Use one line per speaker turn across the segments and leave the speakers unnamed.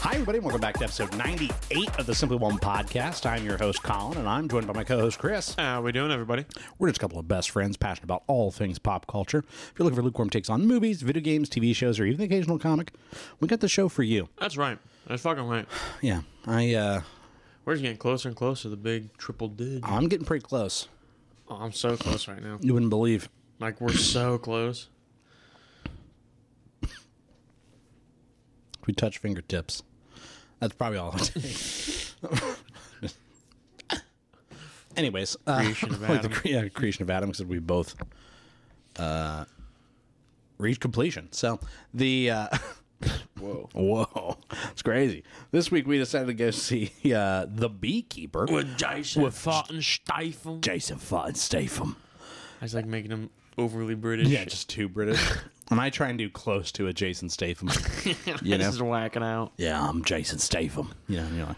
Hi, everybody, and welcome back to episode 98 of the Simply One podcast. I'm your host, Colin, and I'm joined by my co host, Chris.
How we doing, everybody?
We're just a couple of best friends passionate about all things pop culture. If you're looking for lukewarm takes on movies, video games, TV shows, or even the occasional comic, we got the show for you.
That's right. That's fucking right.
Yeah, I, uh,
We're just getting closer and closer to the big triple dig. Oh,
I'm getting pretty close.
I'm so close right now.
You wouldn't believe.
Like we're so close.
We touch fingertips. That's probably all. it takes. Anyways, uh,
Creation of
like the
Adam.
cre- yeah, creation of Adam, because we both uh, reached completion. So the uh,
Whoa.
whoa, it's crazy. This week we decided to go see uh, the Beekeeper
With Jason with Steifen.
Jason Von Statham.
I was like making him overly British.
Yeah, just too British. and I try and do close to a Jason Statham. you know,
This is whacking out.
yeah, I'm Jason Statham. You know, and you're like.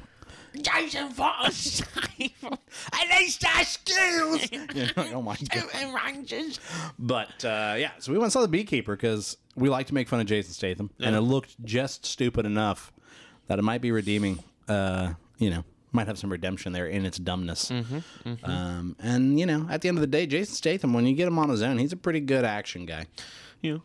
Jason von Steifen.
At least I skills. oh my god!
ranges.
But uh, yeah, so we went and saw the Beekeeper because we like to make fun of Jason Statham, and it looked just stupid enough that it might be redeeming. Uh, you know, might have some redemption there in its dumbness. Um, and you know, at the end of the day, Jason Statham, when you get him on his own, he's a pretty good action guy.
Yeah.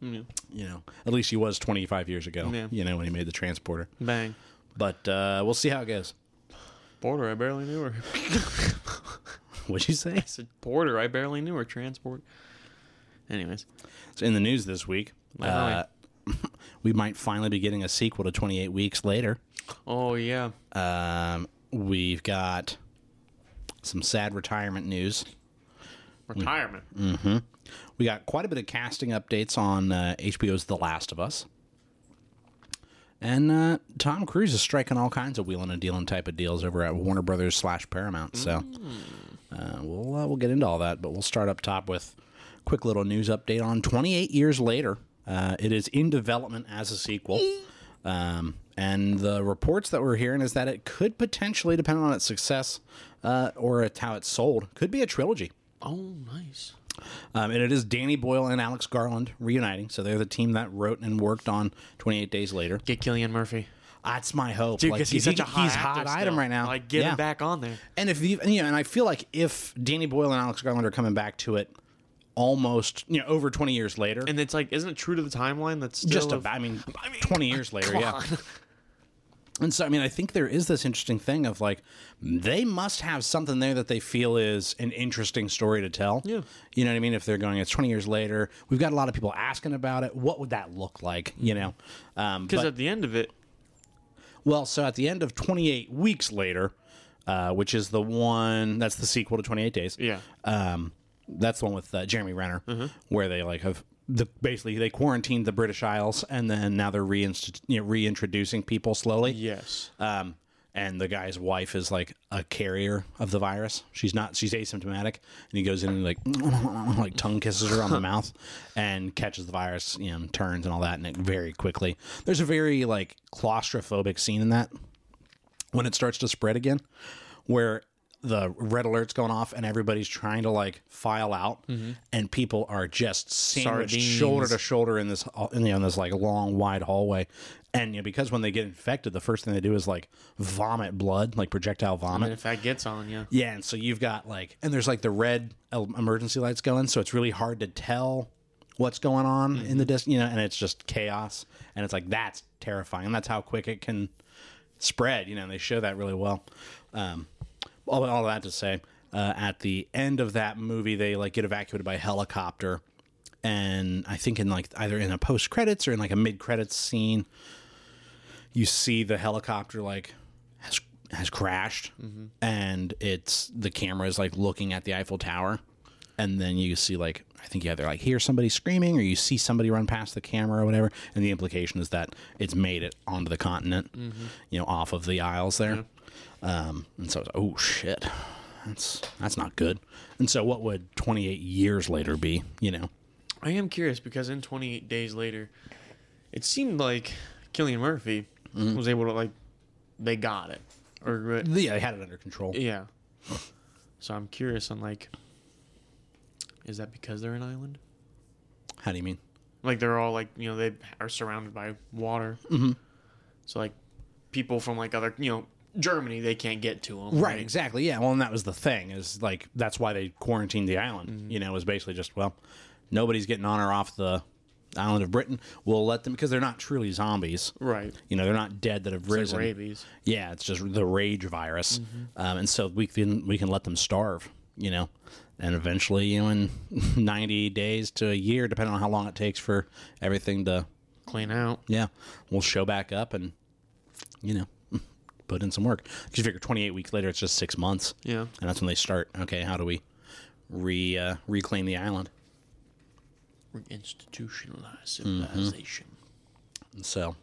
You know, at least he was 25 years ago.
Yeah.
You know, when he made the transporter.
Bang.
But uh, we'll see how it goes.
Porter, I barely knew her. I
What'd you say?
said Porter, I barely knew her. Transport. Anyways.
So in the news this week, uh, we might finally be getting a sequel to 28 Weeks Later.
oh yeah.
Um, we've got some sad retirement news.
Mm. Retirement.
We got quite a bit of casting updates on uh, HBO's The Last of Us. And uh, Tom Cruise is striking all kinds of wheeling and dealing type of deals over at Warner Brothers slash Paramount. So uh, we'll uh, we'll get into all that, but we'll start up top with quick little news update on 28 years later. Uh, it is in development as a sequel. Um, and the reports that we're hearing is that it could potentially, depending on its success uh, or at how it's sold, could be a trilogy.
Oh nice.
Um, and it is Danny Boyle and Alex Garland reuniting. So they're the team that wrote and worked on 28 Days Later.
Get Killian Murphy.
That's my hope.
Dude,
Like,
because he's
he-
such a hot,
he's hot item right now.
Like, get
Yeah.
him back on there.
And if you, you know, and I feel like if Danny Boyle and Alex Garland are coming back to it, almost you know over 20 years later,
And it's like, isn't it true to the timeline? That's still
just
of-
about, I mean,
I mean,
20 years later,
come
yeah.
on.
And so, I mean, I think there is this interesting thing of like, they must have something there that they feel is an interesting story to tell.
Yeah.
You know what I mean? If they're going, it's 20 years later, we've got a lot of people asking about it. What would that look like? You know? Um,
Because
but-
at the end of it,
well, so at the end of 28 weeks later, uh, which is the one that's the sequel to 28 Days.
Yeah.
Um, that's the one with uh, Jeremy Renner, where they like have the basically they quarantined the British Isles and then now they're reinst- you know, reintroducing people slowly.
yes,
Um, and the guy's wife is like a carrier of the virus. She's not. She's asymptomatic. And he goes in and like like tongue kisses her on the mouth and catches the virus. You know, turns and all that, and it very quickly. There's a very like claustrophobic scene in that when it starts to spread again, where the red alert's going off and everybody's trying to like file out, and people are just sandwiched
Sardines.
shoulder to shoulder in this in, you know, in this like long wide hallway, and you know, because when they get infected, the first thing they do is like vomit blood, like projectile vomit.
and if that gets on you,
Yeah, and so you've got like, and there's like the red el- emergency lights going, so it's really hard to tell what's going on in the distance, you know, and it's just chaos. And it's like, that's terrifying. And that's how quick it can spread, you know, and they show that really well. Um, all, all that to say, uh, at the end of that movie, they like get evacuated by helicopter. And I think in like either in a post credits or in like a mid credits scene, you see the helicopter like has has crashed and it's the camera is like looking at the Eiffel Tower and then you see like I think you either like hear somebody screaming or you see somebody run past the camera or whatever and the implication is that it's made it onto the continent you know off of the aisles there um, and so it's oh shit that's that's not good and so what would 28 years later be you know
I am curious because in 28 days later, it seemed like Killian Murphy
Mm-hmm.
was able to like, they got it, or uh,
yeah they had it under control
yeah. So I'm curious on like, is that because they're an island?
how do you mean Mm-hmm.
Like they're all like you know they are surrounded by water, so like people from like other, you know, Germany, they can't get to them.
Right, exactly. Yeah. Well, and that was the thing is like that's why they quarantined the island. You know, was basically just well, nobody's getting on or off the island of Britain. We'll let them because they're not truly zombies.
Right.
You know, they're not dead that have
Like
risen.
rabies.
Yeah, it's just the rage virus, um, and so we can we can let them starve. You know, and eventually, you know, in ninety days to a year, depending on how long it takes for everything to
Clean out.
yeah, we'll show back up and, you know, put in some work. 'Cause you figure 28 weeks later, it's just six months.
Yeah.
And that's when they start. Okay, how do we re uh, reclaim the island?
Institutionalized
Mm-hmm.
civilization.
And so,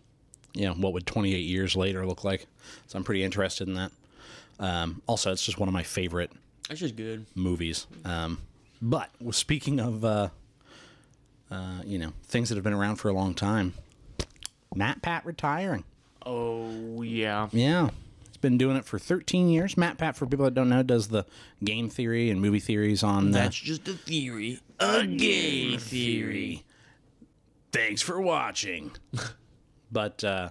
you know, what would 28 years later look like? So I'm pretty interested in that. Um, also, it's just one of my favorite
That's just good.
movies. Um, but well, speaking of, uh, uh, you know, things that have been around for a long time, Matt Pat retiring.
Oh yeah.
Yeah. It's been doing it for 13 years. Matt Pat, for people that don't know, does the game theory and movie theories on uh, that.
just a theory. A game
Thanks for watching. but uh,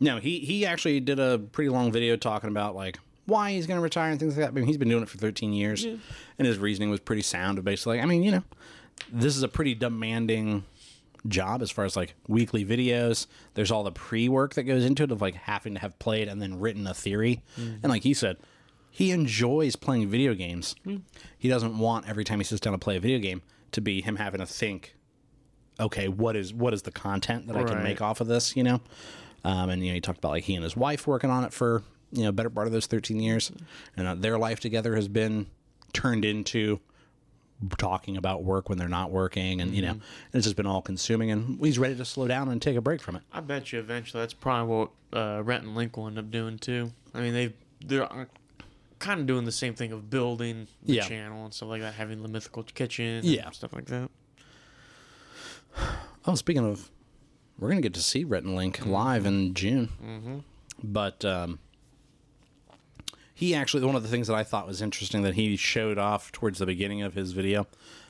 no, he, he actually did a pretty long video talking about like why he's going to retire and things like that. I mean, he's been doing it for 13 years, and his reasoning was pretty sound. Of basically, like, I mean, you know, this is a pretty demanding job as far as like weekly videos. There's all the pre work that goes into it of like having to have played and then written a theory. And like he said, he enjoys playing video games. He doesn't want every time he sits down to play a video game to be him having to think, okay, what is what is the content that I can
Right.
make off of this, you know? Um, and you know, he talked about like he and his wife working on it for you know better part of those 13 years, and uh, their life together has been turned into talking about work when they're not working and you know and it's just been all consuming and he's ready to slow down and take a break from it
I bet you eventually that's probably what uh, Rhett and Link will end up doing too. I mean they they're kind of doing the same thing of building the
Yeah.
channel and stuff like that, having the mythical kitchen, and
Yeah.
stuff like that.
oh speaking of we're gonna get to see Rhett and link live in june but um he actually one of the things that i thought was interesting that he showed off towards the beginning of his video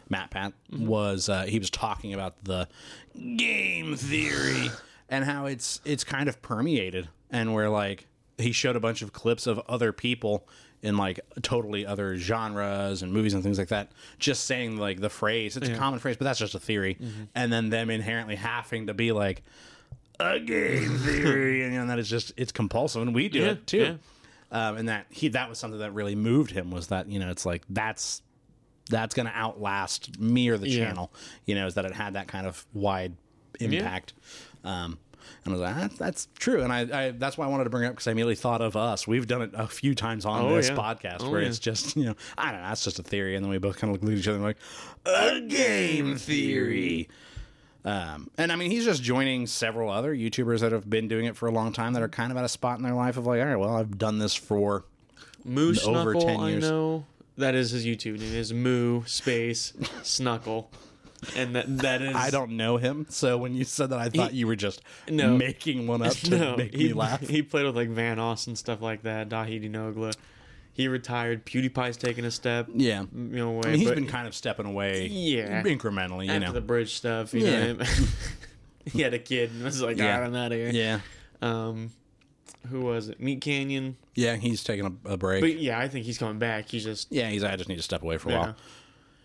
matt pat
Mm-hmm.
was uh, he was talking about the game theory and how it's it's kind of permeated and where like he showed a bunch of clips of other people in like totally other genres and movies and things like that just saying like the phrase it's a common phrase but that's just a theory
Mm-hmm.
and then them inherently having to be like a game theory and you know, that is just it's compulsive and we do
Yeah,
it too
yeah.
um, and that he that was something that really moved him was that you know it's like that's that's going to outlast me or the
Yeah.
channel you know is that it had that kind of wide impact um, and i was like "Ah, that's true and I, I that's why i wanted to bring it up because i immediately thought of us we've done it a few times on
Oh,
this
yeah.
podcast
Oh,
where
yeah.
it's just you know i don't know that's just a theory and then we both kind of look at each other and like a game theory um, and I mean, he's just joining several other YouTubers that have been doing it for a long time that are kind of at a spot in their life of like, all right, well, I've done this for
Moose
Over
Snuckle,
10 years.
I know that is his YouTube name is Moo Space Snuckle, and that that is
I don't know him, so when you said that, I thought you were just
No.
making one up to make
he,
me laugh.
He played with like Van Austin stuff like that. Dahidi Nogla, he retired. PewDiePie's taking a step.
Yeah,
you know, away,
I mean, he's
but
been kind of stepping away,
Yeah.
incrementally, you
after
know.
the bridge stuff. You
Yeah.
know, him- he had a kid and was like,
Yeah.
"God, I'm out of here."
yeah,
Um, who was it? Meat Canyon.
yeah, he's taking a, a break.
But yeah, I think he's coming back. He's just.
yeah, he's. I just need to step away for a
Yeah.
while.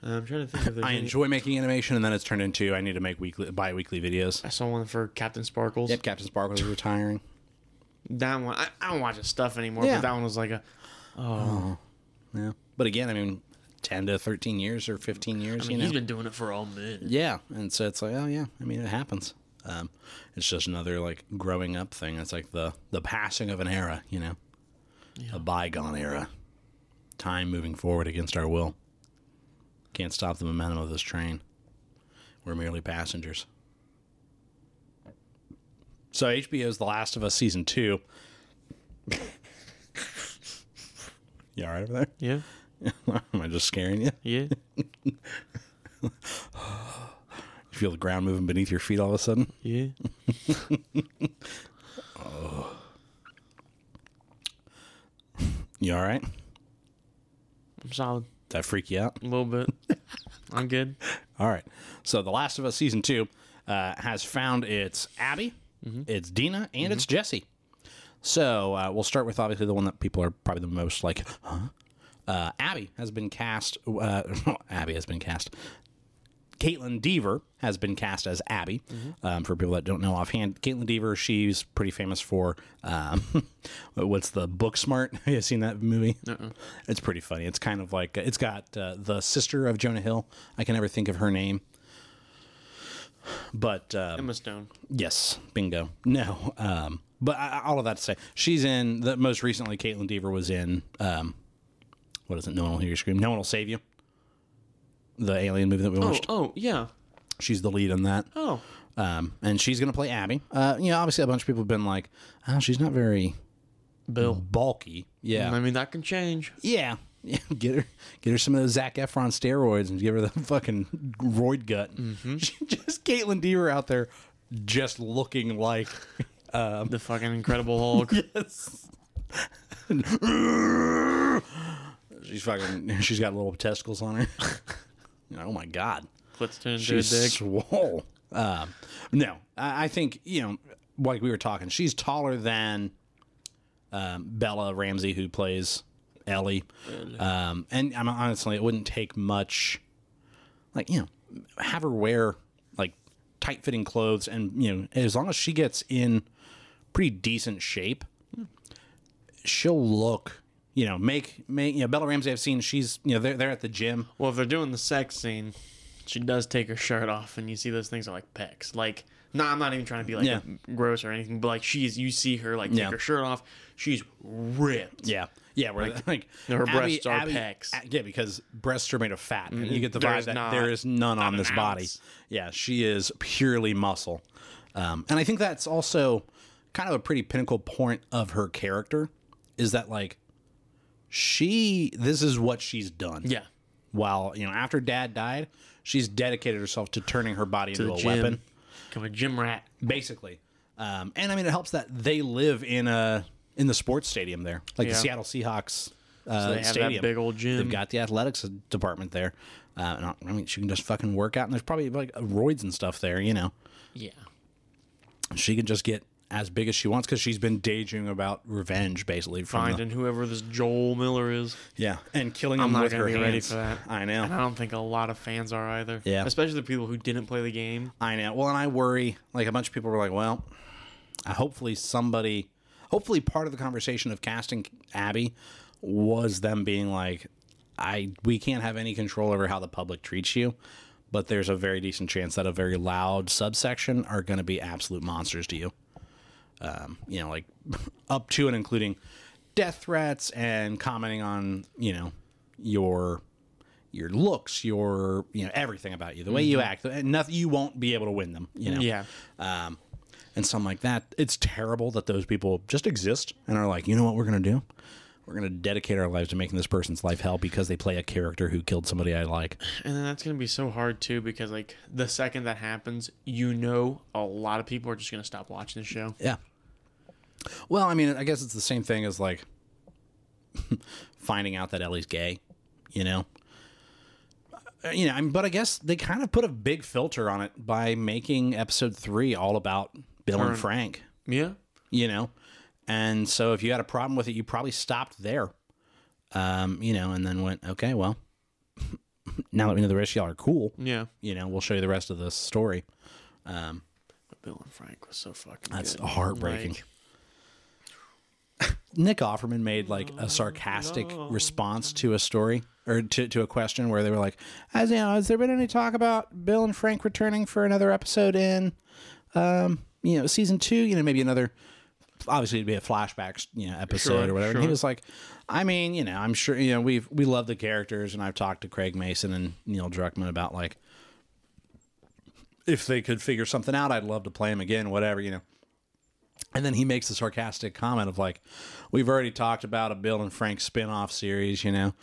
I'm trying to think of the.
I enjoy making animation, and then it's turned into I need to make weekly, bi-weekly videos.
I saw one for Captain Sparkles.
Yep, Captain Sparkles is retiring.
That one, I, I don't watch his stuff anymore.
Yeah.
But that one was like a.
Yeah, but again, I mean, ten to thirteen years or fifteen years, you know.
He's been doing it for all men.
Yeah, and so it's like, oh yeah, I mean it happens. Um, it's just another like growing up thing. It's like the the passing of an era, you know, a bygone era. Time moving forward against our will. Can't stop the momentum of this train. We're merely passengers. So HBO's The Last of Us season two. you all right over
Yeah,
there? Am I just scaring you?
yeah.
You feel the ground moving beneath your feet all of a sudden?
Yeah.
You all right?
I'm solid.
That freak you out?
A little bit. I'm good.
All right. So, The Last of Us season two uh, has found its Abby, its Dina, and its Jesse. So uh, we'll start with obviously the one that people are probably the most like, huh? Uh, Abby has been cast. Uh, Abby has been cast. Caitlin Deaver has been cast as Abby. Um, for people that don't know offhand, Caitlin Deaver, she's pretty famous for um, what's the Book Smart? Have you seen that movie? It's pretty funny. It's kind of like it's got uh, the sister of Jonah Hill. I can never think of her name, but um,
Emma Stone.
Yes, bingo. No, um, but I, I- all of that to say, she's in. The most recently, Caitlin Deaver was in. Um, what is it? No one will hear you scream. No one will save you. The alien movie that we
Oh,
watched.
oh yeah.
She's the lead in that,
Oh,
um, and she's gonna play Abby. Uh, you know, obviously, a bunch of people have been like, "Oh, she's not very
Bill. Mm-hmm.
bulky." Yeah,
I mean that can change.
yeah. Yeah, get her, get her some of those Zac Efron steroids and give her the fucking roid gut.
Mm-hmm.
just Caitlin Deaver out there, just looking like
The fucking Incredible Hulk.
Yes. she's fucking. She's got little testicles on her. You know, oh my god,
Let's turn into a
she's
dick.
swole. Um, no, I, I think you know, like we were talking, she's taller than um, Bella Ramsey, who plays Ellie. Um, and I'm honestly, it wouldn't take much. Like you know, have her wear like tight fitting clothes, and you know, as long as she gets in pretty decent shape, she'll look. You know, make make you know Bella Ramsey. I've seen she's you know they're they're at the gym.
Well, if they're doing the sex scene, she does take her shirt off, and you see those things are like pecs. Like, no, I'm not even trying to be like
Yeah.
gross or anything, but like she's, you see her like take
Yeah.
her shirt off, she's ripped.
Yeah, yeah, where like,
her breasts are pecs. Mm-hmm.
a- Yeah, because breasts are made of fat, and you get the
There
vibe
is
that
not-
there is none on
an
this body.
ounce.
Yeah, she is purely muscle, um, and I think that's also kind of a pretty pinnacle point of her character is that like she this is what she's done.
Yeah.
While you know, after Dad died, she's dedicated herself to turning her body into
The
a
gym.
weapon
Become a gym rat.
basically. Um, and I mean, it helps that they live in a in the sports stadium there, like the
Yeah.
Seattle Seahawks uh,
they have that
stadium.
big old gym.
They've got the athletics department there. Uh, and I- I mean, she can just fucking work out, and there's probably like roids and stuff there. You know,
Yeah.
she can just get as big as she wants because she's been daydreaming about revenge, basically. From the-
Finding whoever this Joel Miller is.
yeah, and killing
I'm
them
not
with
gonna
her
be
hands.
ready for that.
I know.
And I don't think a lot of fans are either.
Yeah.
Especially the people who didn't play the game.
I know. Well, and I worry. Like a bunch of people were like, "Well, I- Uh, hopefully somebody, hopefully part of the conversation of casting Abby was them being like, I we can't have any control over how the public treats you." But there's a very decent chance that a very loud subsection are going to be absolute monsters to you. Um, you know, like up to and including death threats and commenting on, you know, your your looks, your you know everything about you, the way you act, and nothing you won't be able to win them. You know,
Yeah.
Um, and something like that. It's terrible that those people just exist and are like, you know what we're gonna do? We're gonna dedicate our lives to making this person's life hell because they play a character who killed somebody I like.
And then that's going to be so hard too because like the second that happens, you know a lot of people are just going to stop watching the show.
Yeah. Well, I mean, I guess it's the same thing as like finding out that Ellie's gay, you know. Uh, You know, I mean, but I guess they kind of put a big filter on it by making episode three all about Bill and Frank,
Yeah.
you know, and so if you had a problem with it, you probably stopped there, um, you know, and then went, okay, well, now that we know the rest of y'all are cool,
Yeah.
you know, we'll show you the rest of the story.
Bill and Frank was so fucking
That's
good.
heartbreaking.
Like,
Nick Offerman made like
Oh,
a sarcastic response to a story or to, to a question where they were like, "Has you know, has there been any talk about Bill and Frank returning for another episode in, um, you know, season two? You know, maybe another. Obviously, it'd be a flashback, you know, episode
Sure,
or whatever." And he
sure.
was like, "I mean, you know, I'm sure you know we've we love the characters, and I've talked to Craig Mason and Neil Druckmann about like." If they could figure something out, I'd love to play him again, whatever, you know. And then he makes a sarcastic comment of like, "We've already talked about a Bill and Frank spin-off series, you know."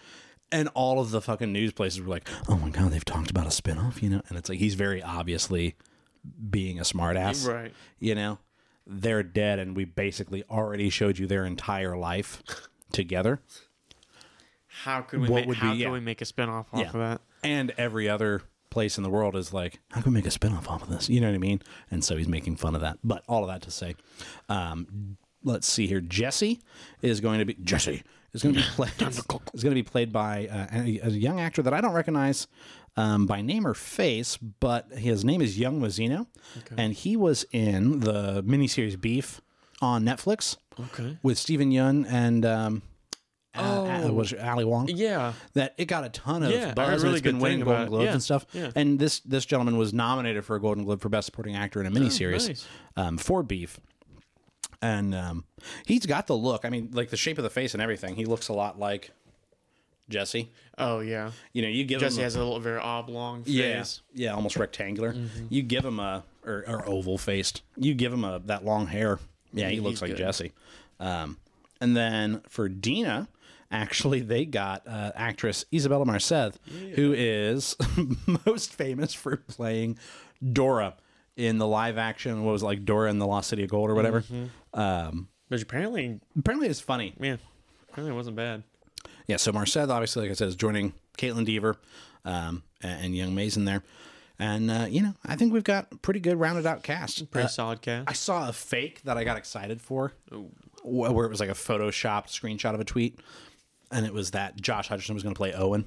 And all of the fucking news places were like, "Oh my god, they've talked about a spin-off, you know." And it's like he's very obviously being a smartass,
Right.
You know, they're dead, and we basically already showed you their entire life together,
How could we
What
make,
would
how
be-
could
yeah.
we make a spinoff off of that?
and every other place in the world is like, "How can we make a spin-off off of this?" You know what I mean? And so he's making fun of that. But all of that to say, um, let's see here. Jesse is going to be Jesse is going to be played is going to be played by uh, a, a young actor that I don't recognize um, by name or face, but his name is Young Mazzino, and he was in the miniseries Beef on Netflix
Okay.
with Stephen Yun and um, uh, uh, was it Ali Wong
Yeah.
that it got a ton of
Yeah, I heard
buzz. and
really
it's been
good
winning
thing
Golden
about it.
Globes
Yeah,
and stuff.
yeah.
And this this gentleman was nominated for a Golden Globe for Best Supporting Actor in a miniseries
Oh, nice.
um, for Beef. And um, he's got the look. I mean, like the shape of the face and everything. He looks a lot like Jesse.
Oh yeah.
You know, you give
Jesse
him a,
has a little very oblong face. Mm-hmm.
yeah, yeah, almost rectangular. You give him a or, or oval faced. You give him a that long hair. Yeah, he looks like
good.
Jesse. Um, and then for Dina, actually, they got uh, actress Isabella Marceth, who is most famous for playing Dora in the live action. What was it, like Dora in the Lost City of Gold or whatever.
Mm-hmm.
Um,
Which apparently,
apparently, it's funny.
yeah, apparently it wasn't bad.
Yeah, so Marceth, obviously, like I said, is joining Caitlin Deaver um, and, and Young Mason there. And, uh, you know, I think we've got a pretty good rounded out cast.
Pretty
Uh,
solid cast.
I saw a fake that I got excited for wh- where it was like a photoshopped screenshot of a tweet. And it was that Josh Hutcherson was going to play Owen.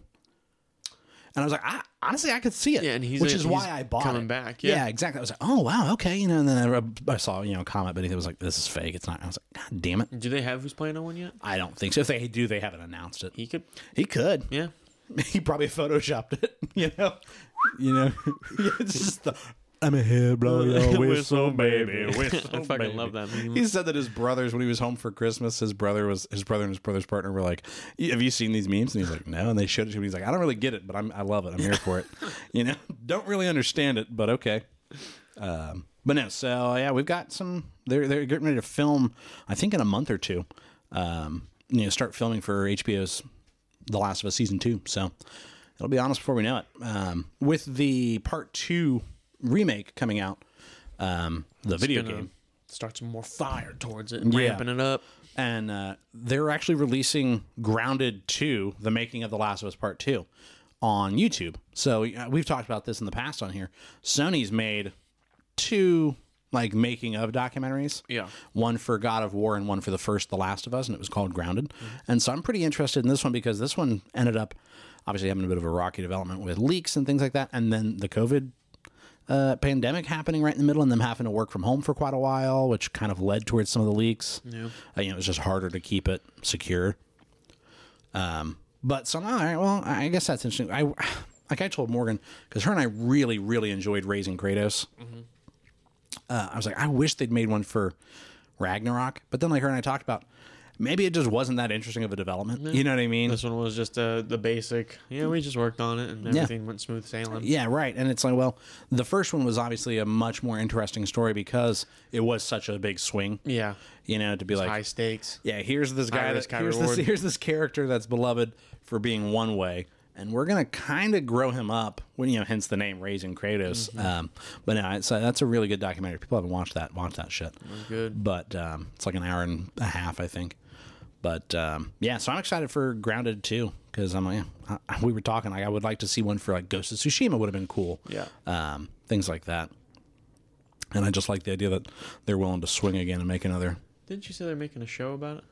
And I was like, I, honestly, I could see it.
Yeah, and he's-
which is why
he's
I bought
coming
it.
back, yeah.
exactly. I was like, oh, wow, okay. You know, and then I, I saw, you know, a comment beneath it was like, this is fake. It's not. I was like, God damn it.
Do they have who's playing Owen yet?
I don't think so. If they do, they haven't announced it.
He could.
He could
Yeah.
he probably photoshopped it, you know. You know, it's just the I'm a hair blow your whistle, baby. Whistle,
I fucking
baby.
love that meme.
He said that his brothers, when he was home for Christmas, his brother was his brother and his brother's partner were like, "Y- "Have you seen these memes?" And he's like, "No." And they showed it to him. He's like, "I don't really get it, but I'm I love it. I'm here for it." you know, don't really understand it, but okay. Um, but no, so yeah, we've got some. They're they're getting ready to film. I think in a month or two. Um, you know, start filming for HBO's The Last of Us season two. So it'll be honest before we know it. Um, with the part two remake coming out, um, the video
Gonna
game.
Start some more fire towards it, and ramping it up.
and uh, they're actually releasing Grounded 2, the making of The Last of Us Part 2, on YouTube. So uh, we've talked about this in the past on here. Sony's made two like making of documentaries.
Yeah.
One for God of War and one for the first The Last of Us, and it was called Grounded. And so I'm pretty interested in this one because this one ended up obviously having a bit of a rocky development with leaks and things like that, and then the COVID uh, pandemic happening right in the middle and them having to work from home for quite a while, which kind of led towards some of the leaks. Yeah. you know, it was just harder to keep it secure. Um, but so, all right, well, I I guess that's interesting. I, like I told Morgan, because her and I really, really enjoyed Raising Kratos. Uh, I was like, I wish they'd made one for Ragnarok. But then, like her and I talked about, maybe it just wasn't that interesting of a development. You know what I mean?
This one was just uh, the basic. Yeah, we just worked on it, and everything went smooth sailing.
Yeah, right. And it's like, well, the first one was obviously a much more interesting story because it was such a big swing.
Yeah.
You know, to be like,
High stakes.
yeah, here's this guy. That,
risk, high
here's, this,
reward.
here's this character that's beloved for being one way, and we're gonna kind of grow him up. When you know, hence the name Raising Kratos.
Mm-hmm.
Um, but no, it's, uh, that's a really good documentary. People haven't watched that. Watch that shit.
Good.
But um, it's like an hour and a half, I think. But um, yeah, so I'm excited for Grounded too because I'm like, yeah, I, we were talking like I would like to see one for like Ghost of Tsushima would have been cool.
Yeah.
Um, things like that. And I just like the idea that they're willing to swing again and make another
Didn't you say they're making a show about it?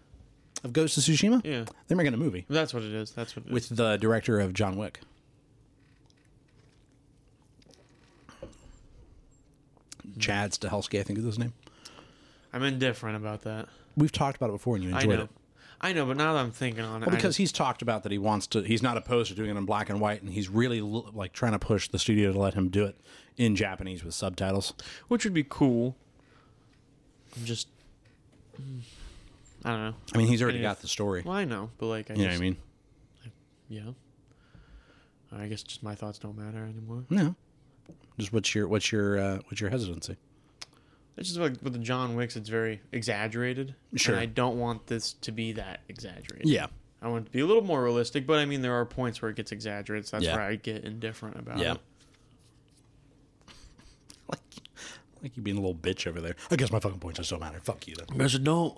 of Ghost of Tsushima.
Yeah.
They're making a movie.
That's what it is. That's what it is.
with the director of John Wick. Chad Stahelski, I think is his name.
I'm indifferent about that.
We've talked about it before, and you
I
enjoyed
know.
it
I know, but now that I'm thinking on it, I
because he's talked about that he wants to. He's not opposed to doing it in black and white, and he's really l- like trying to push the studio to let him do it in Japanese with subtitles.
just- which would be cool. I'm just, mm, I don't know.
I mean, he's already
Yeah.
got the story.
Well, I know, but like, I
You know
just,
what I mean?
yeah. I guess just my thoughts don't matter anymore.
No. Just what's your what's your uh, what's your hesitancy?
It's just like with the John Wicks, it's very exaggerated.
Sure.
And I don't want this to be that exaggerated.
Yeah,
I want it to be a little more realistic, but I mean, there are points where it gets exaggerated, so that's
Yeah.
where I get indifferent about
yeah.
it.
like like you being a little bitch over there. I guess my fucking points just don't matter. Fuck you then.
There's a don't.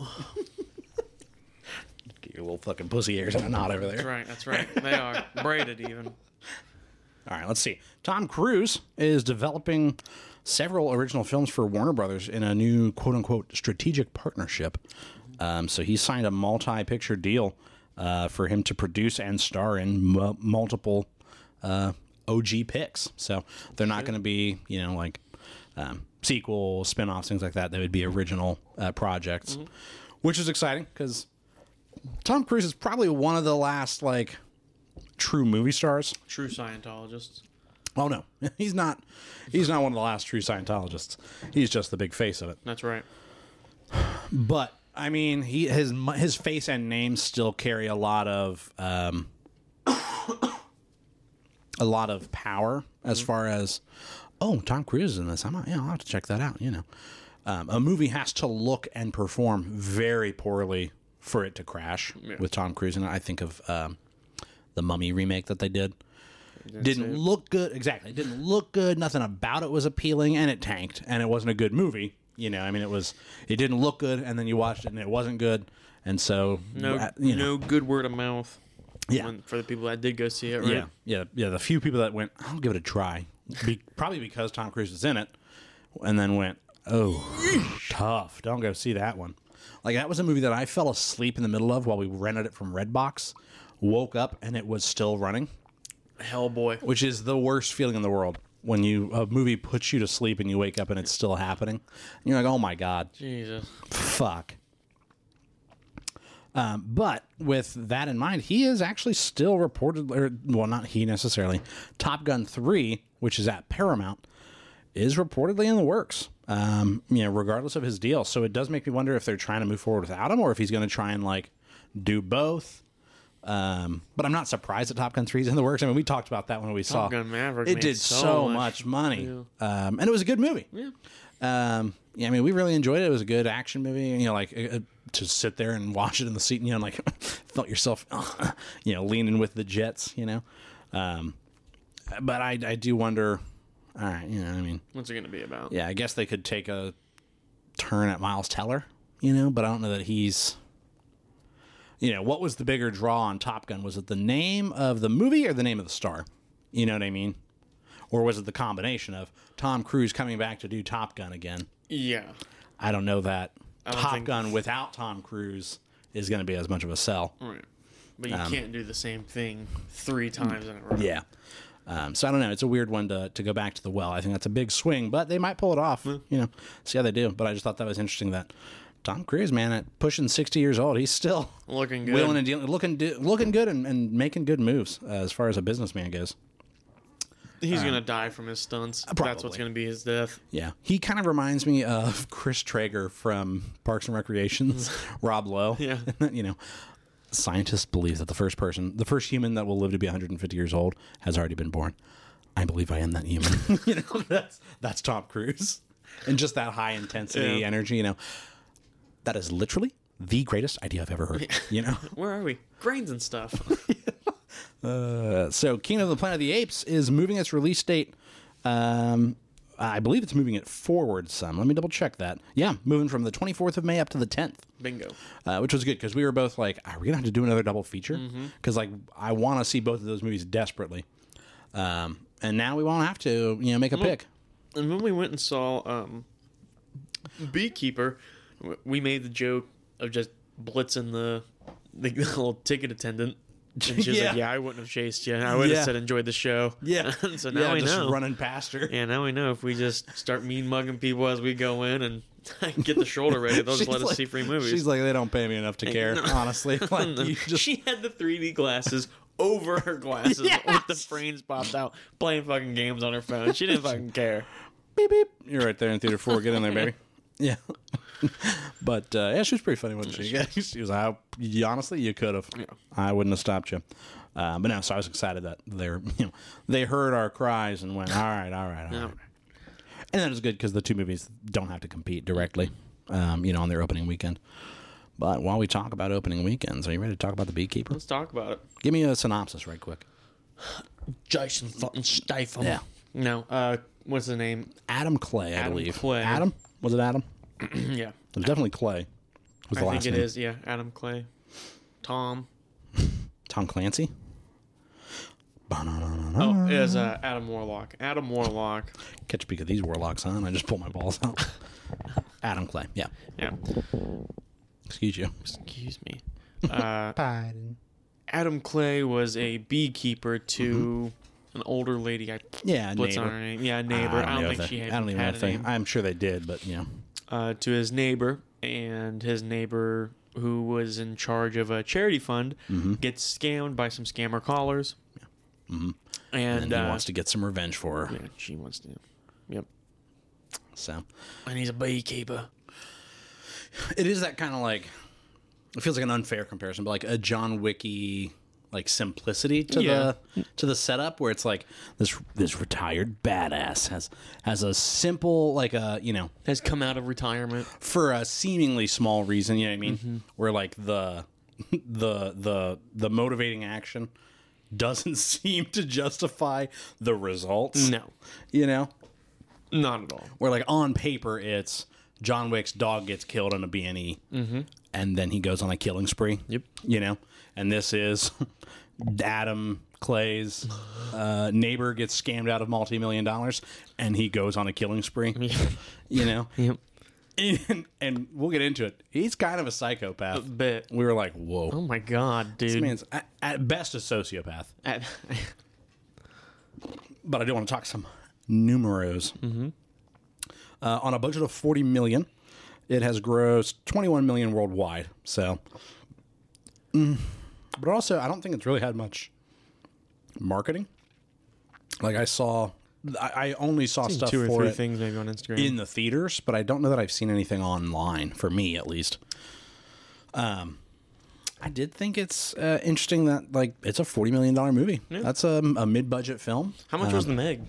Get your little fucking pussy hairs in a knot over
That's
there.
right. That's right. They are braided even.
All right, let's see. Tom Cruise is developing several original films for Warner Brothers in a new quote unquote strategic partnership. Um, so he signed a multi picture deal uh, for him to produce and star in m- multiple uh, OG picks. So they're not going to be, you know, like um, sequels, spin offs, things like that. They would be original uh, projects, which is exciting because Tom Cruise is probably one of the last, like, true movie stars
True Scientologists.
Oh no, he's not. He's not one of the last true Scientologists. He's just the big face of it.
That's right.
But I mean, he his mu- his face and name still carry a lot of um, a lot of power as far as oh Tom Cruise is in this. I might yeah I'll have to check that out. You know, um, a movie has to look and perform very poorly for it to crash with Tom Cruise. And I think of um, the Mummy remake that they did. Didn't look good. Exactly. It didn't look good. Nothing about it was appealing, and it tanked, and it wasn't a good movie. You know, I mean, it was. It didn't look good, and then you watched it, and it wasn't good, and so
No,
uh, you know,
no good word of mouth.
Yeah.
when- for the people that did go see it, right?
yeah, yeah, yeah. The few people that went, I'll give it a try, be, probably because Tom Cruise is in it, and then went, oh, tough. Don't go see that one. Like that was a movie that I fell asleep in the middle of while we rented it from Redbox. Woke up and it was still running.
Hellboy.
which is the worst feeling in the world when you a movie puts you to sleep and you wake up and it's still happening. And you're like, oh my god,
Jesus.
fuck. Um, but with that in mind, he is actually still reported, or well, not he necessarily. Top Gun three, which is at Paramount, is reportedly in the works. Um, you know, regardless of his deal, so it does make me wonder if they're trying to move forward without him, or if he's going to try and like do both. Um, but I'm not surprised that Top Gun three is in the works. I mean, we talked about that when we saw
Gun Maverick.
Oh. it
made
did so,
so,
much, money, um, and it was a good movie. Yeah. Um, yeah, I mean, we really enjoyed it. It was a good action movie. You know, like uh, uh, to sit there and watch it in the seat, and you know, like felt yourself, you know, leaning with the jets. You know, um, but I, I do wonder. All right, you know, I mean,
What's it gonna be about?
yeah, I guess they could take a turn at Miles Teller, you know, but I don't know that he's. You know, what was the bigger draw on Top Gun? Was it the name of the movie or the name of the star? You know what I mean? Or was it the combination of Tom Cruise coming back to do Top Gun again?
Yeah.
I don't know that
don't
Top
think-
Gun without Tom Cruise is going to be as much of a sell.
Right. But you can't do the same thing three times in a row.
Um, Yeah. Um, so I don't know. It's a weird one to, to go back to the well. I think that's a big swing, but they might pull it off. You know, see how they do. But I just thought that was interesting that Tom Cruise, man, at pushing sixty years old, he's still
Looking good.
willing and dealing, looking do- looking good and, and making good moves uh, as far as a businessman goes.
He's gonna die from his stunts. That's what's
Um, probably.
gonna be his death.
Yeah, he kind of reminds me of Chris Traeger from Parks and Recreations, Rob Lowe.
Yeah.
you know, scientists believe that the first person, the first human that will live to be 150 years old, has already been born. I believe I am that human. you know, that's that's Tom Cruise, and just that high intensity
Yeah.
energy. You know, that is literally the greatest idea I've ever heard. You know.
Where are we? Grains and stuff.
So, Kingdom of the Planet of the Apes is moving its release date. Um, I believe it's moving it forward some. Let me double check that. Yeah, moving from the 24th of May up to the 10th,
Bingo.
uh, which was good because we were both like, "Are we gonna have to do another double feature?"
Mm-hmm.
Because like I want to see both of those movies desperately, um, and now we won't have to. You know, make a pick.
And when we went and saw um, Beekeeper, w- we made the joke of just blitzing the the little ticket attendant. And she was
Yeah.
like, "Yeah, I wouldn't have chased you. I would
Yeah.
have said enjoyed the show." And so now
yeah,
we
just
know.
running past her.
Yeah, now we know if we just start mean mugging people as we go in and get the shoulder ready, they'll just
She's
let us
like-
see free movies.
She's like, they don't pay me enough to care, honestly. Like, you just
she had the 3D glasses over her glasses with the frames popped out, playing fucking games on her phone. She didn't fucking care.
beep beep. You're right there in theater four. Get in there, baby. Yeah. but uh, yeah, she was pretty funny, wasn't she? Yeah, she was. I you- honestly, you could have. I wouldn't have stopped you. Uh, but no, so I was excited that they're you know they heard our cries and went all right, all right, all right. And that was good because the two movies don't have to compete directly, um, you know, on their opening weekend. But while we talk about opening weekends, are you ready to talk about the Beekeeper?
Let's talk about it.
Give me a synopsis, right quick.
Jason fucking Statham.
Yeah.
No. Uh, what's the name?
Adam Clay, I
Adam
believe.
Clay.
Adam was it Adam?
yeah,
It was definitely Clay. Was the
I
last
think it
name.
is. Yeah, Adam Clay, Tom.
Tom Clancy.
Oh, it was uh, Adam Warlock. Adam Warlock.
Catch a peek of these warlocks, huh? And I just pull my balls out. Adam Clay. Yeah.
Yeah.
Excuse you.
Excuse me. Uh, Adam Clay was a beekeeper to an older lady. I
Yeah.
what's
Mm-hmm. neighbor.
on her name? Yeah, neighbor. I don't,
know if
think
they-
she had.
I don't even know
had
if
a
they.
name.
I'm sure they did, but yeah.
uh, to his neighbor, and his neighbor, who was in charge of a charity fund,
Mm-hmm.
gets scammed by some scammer callers. Mm-hmm. And,
And, he
uh,
wants to get some revenge for her.
yeah, she wants to. Yep.
So
And he's a beekeeper.
it is that kind of like. It feels like an unfair comparison, but like a John Wicky like simplicity to
Yeah.
the to the setup where it's like this this retired badass has has a simple like a you know
Has come out of retirement.
for a seemingly small reason, you know what I mean?
Mm-hmm.
Where like the the the the motivating action doesn't seem to justify the results.
No,
You know?
not at all.
Where like on paper it's John Wick's dog gets killed in a B and E and then he goes on a killing spree.
Mm-hmm. Yep.
You know? And this is Adam Clay's uh, neighbor gets scammed out of multi million dollars and he goes on a killing spree. you know?
Yep.
and, and we'll get into it. He's kind of a psychopath.
But
we were like,
oh
whoa,
my god, dude.
this man's at, at best a sociopath.
At-
But I do want to talk some numeros. Mm-hmm. Uh, on a budget of forty million, it has grossed twenty-one million worldwide. So, mm. but also, I don't think it's really had much marketing. Like I saw, I, I only saw stuff
two or
for
three
it
things maybe on Instagram.
in the theaters, but I don't know that I've seen anything online for me at least. Um, I did think it's uh, interesting that like it's a forty million dollar movie. That's a, a mid budget film.
How much
um,
was the Meg?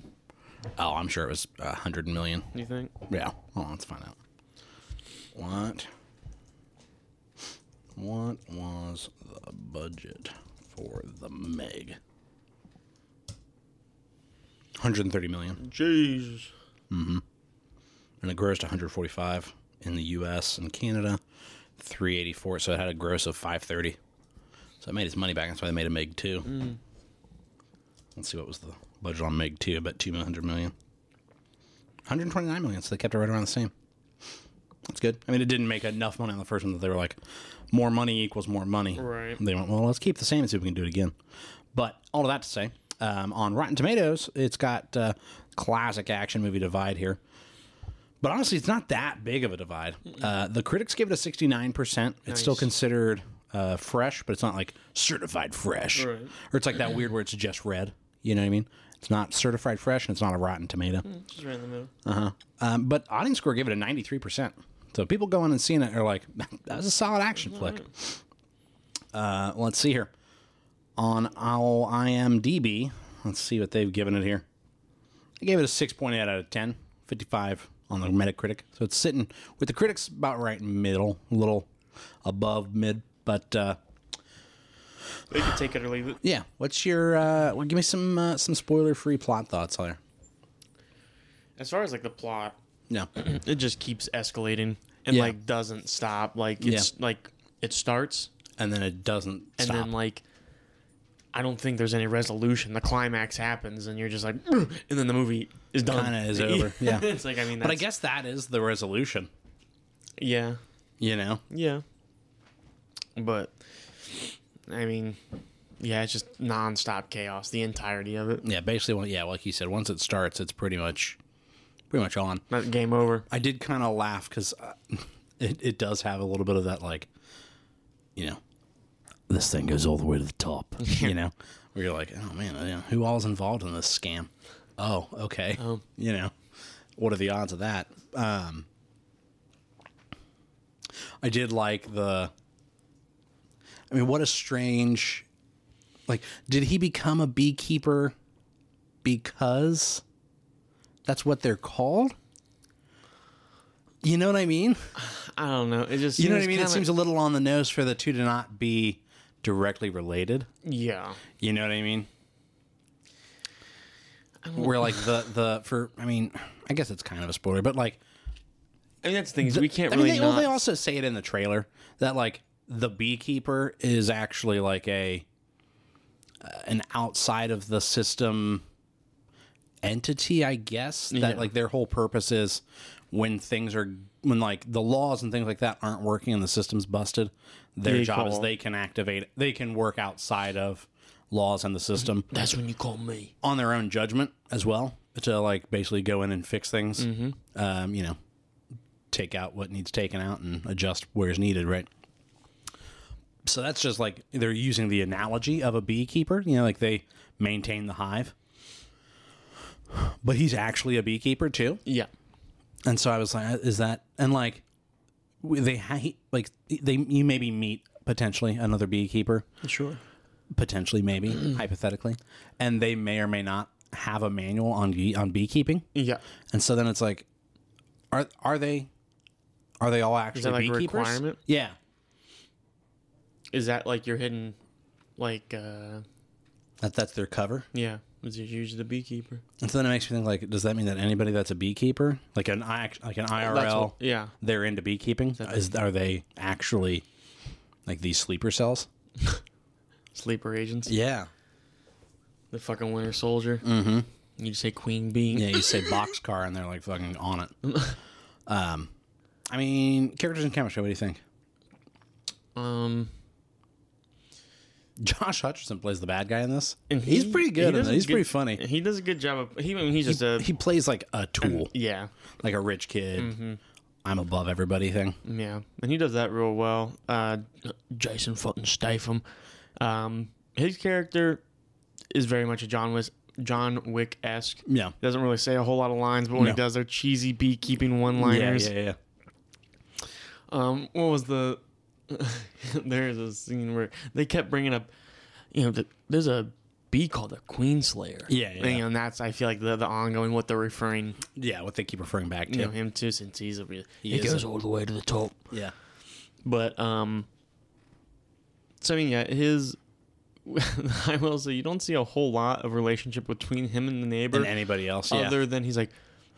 Oh, I'm sure it was a hundred million.
You think?
Yeah, hold on, let's find out. What? What was the budget for the Meg? Hundred thirty million.
Jeez.
and it grossed 145 in the U.S. and Canada, 384. So it had a gross of 530. So it made its money back. That's why they made a Meg two. Let's see what was the budget on Meg two. About 200 million. 129 million. So they kept it right around the same. That's good. I mean, it didn't make enough money on the first one that they were like, more money equals more money.
Right.
They went, well, let's keep the same and see if we can do it again. But all of that to say, um, on Rotten Tomatoes, it's got uh, classic action movie divide here. But honestly, it's not that big of a divide. Uh, the critics give it a 69%. It's still considered uh, fresh, but it's not like certified fresh.
Right.
Or it's like that weird where it's just red. You know what I mean? It's not certified fresh and it's not a rotten tomato.
Just right in the middle.
Um, but audience score gave it a 93%. So people going and seeing it are like, that was a solid action flick. Uh, let's see here. On our IMDb, let's see what they've given it here. They gave it a 6.8 out of 10, 55 on the Metacritic. So it's sitting with the critics about right in the middle, a little above mid. But uh,
They could take it or leave it.
yeah, what's your, uh, well, give me some uh, some spoiler free plot thoughts there.
As far as like the plot,
No.
it just keeps escalating and
Yeah.
like doesn't stop. Like it's like it starts
And then it doesn't
and
stop.
then like I don't think there's any resolution. The climax happens and you're just like, and then the movie is done.
Kinda is over, yeah.
it's like I mean, that's,
but I guess that is the resolution,
yeah,
you know?
yeah. But I mean, yeah, it's just nonstop chaos the entirety of it.
Yeah, basically, well, yeah, like you said, once it starts, it's pretty much, pretty much on.
Not game over.
I did kind of laugh because uh, it it does have a little bit of that like, you know, this thing goes all the way to the top. you know, where you're like, oh man, you know, who all's involved in this scam? Oh, okay. You know, what are the odds of that? Um, I did like the. I mean, what a strange, like, did he become a beekeeper because that's what they're called? You know what I mean?
I don't know. It just
You know what
seems
I mean? It
kinda-
seems a little on the nose for the two to not be directly related.
yeah.
You know what I mean? Where like the the for I mean I guess it's kind of a spoiler, but like
I mean, that's the thing is we can't
I
really
mean they,
not.
well, they also say it in the trailer that like the beekeeper is actually like a uh, an outside of the system entity, I guess. That
Yeah.
like their whole purpose is when things are when like the laws and things like that aren't working and the system's busted, their
They
job is
call-
they can activate they can work outside of laws and the system
That's when you call me.
on their own judgment as well to like basically go in and fix things. Um, you know, take out what needs taken out and adjust where's needed, right? So that's just like they're using the analogy of a beekeeper, you know, like they maintain the hive. But he's actually a beekeeper too.
Yeah.
And so I was like, "Uh, is that and like w- they ha- he- like they you maybe meet potentially another beekeeper
Sure.
potentially maybe hypothetically and they may or may not have a manual on bee- on beekeeping
Yeah.
and so then it's like are are they are they all actually
like a
beekeepers
requirement?
yeah
Is that like your hidden, like, uh,
that that's their cover
yeah, is you usually the beekeeper?
and so then it makes me think like does that mean that anybody that's a beekeeper like an I, like an
That's
IRL
what- yeah.
they're into beekeeping is are they actually like these sleeper cells
Sleeper agents.
yeah
The fucking Winter Soldier. Mm-hmm. You just say Queen Bee.
Yeah, you say boxcar and they're like fucking on it. Um, I mean, characters and chemistry. What do you think?
Um,
Josh Hutcherson plays the bad guy in this.
and
he's
he-
pretty
he
good. in
does
it.
a
He's
good-
pretty funny.
He does a good job of. He, I mean, he's just a.
He plays like a tool,
yeah.
like a rich kid.
Mm-hmm.
I'm above everybody thing.
Yeah, and he does that real well. Uh, Jason fucking Statham. Um, his character is very much a John Wick John Wick esque.
Yeah.
Doesn't really say a whole lot of lines, but when
Mm. No.
he does, they're cheesy beekeeping one
Yeah,
liners.
yeah, yeah.
Um, what was the? there's a scene where they kept bringing up, you know, the, there's a bee called the Queen Slayer.
Yeah, yeah.
And that's I feel like the, the ongoing what they're referring
Yeah, what they keep referring back to.
you know him to since he's a he,
is a-
all the way to the top.
Yeah.
But um, so I mean, yeah, his. I will say you don't see a whole lot of relationship between him and the neighbor,
And anybody else. Yeah.
other than he's like,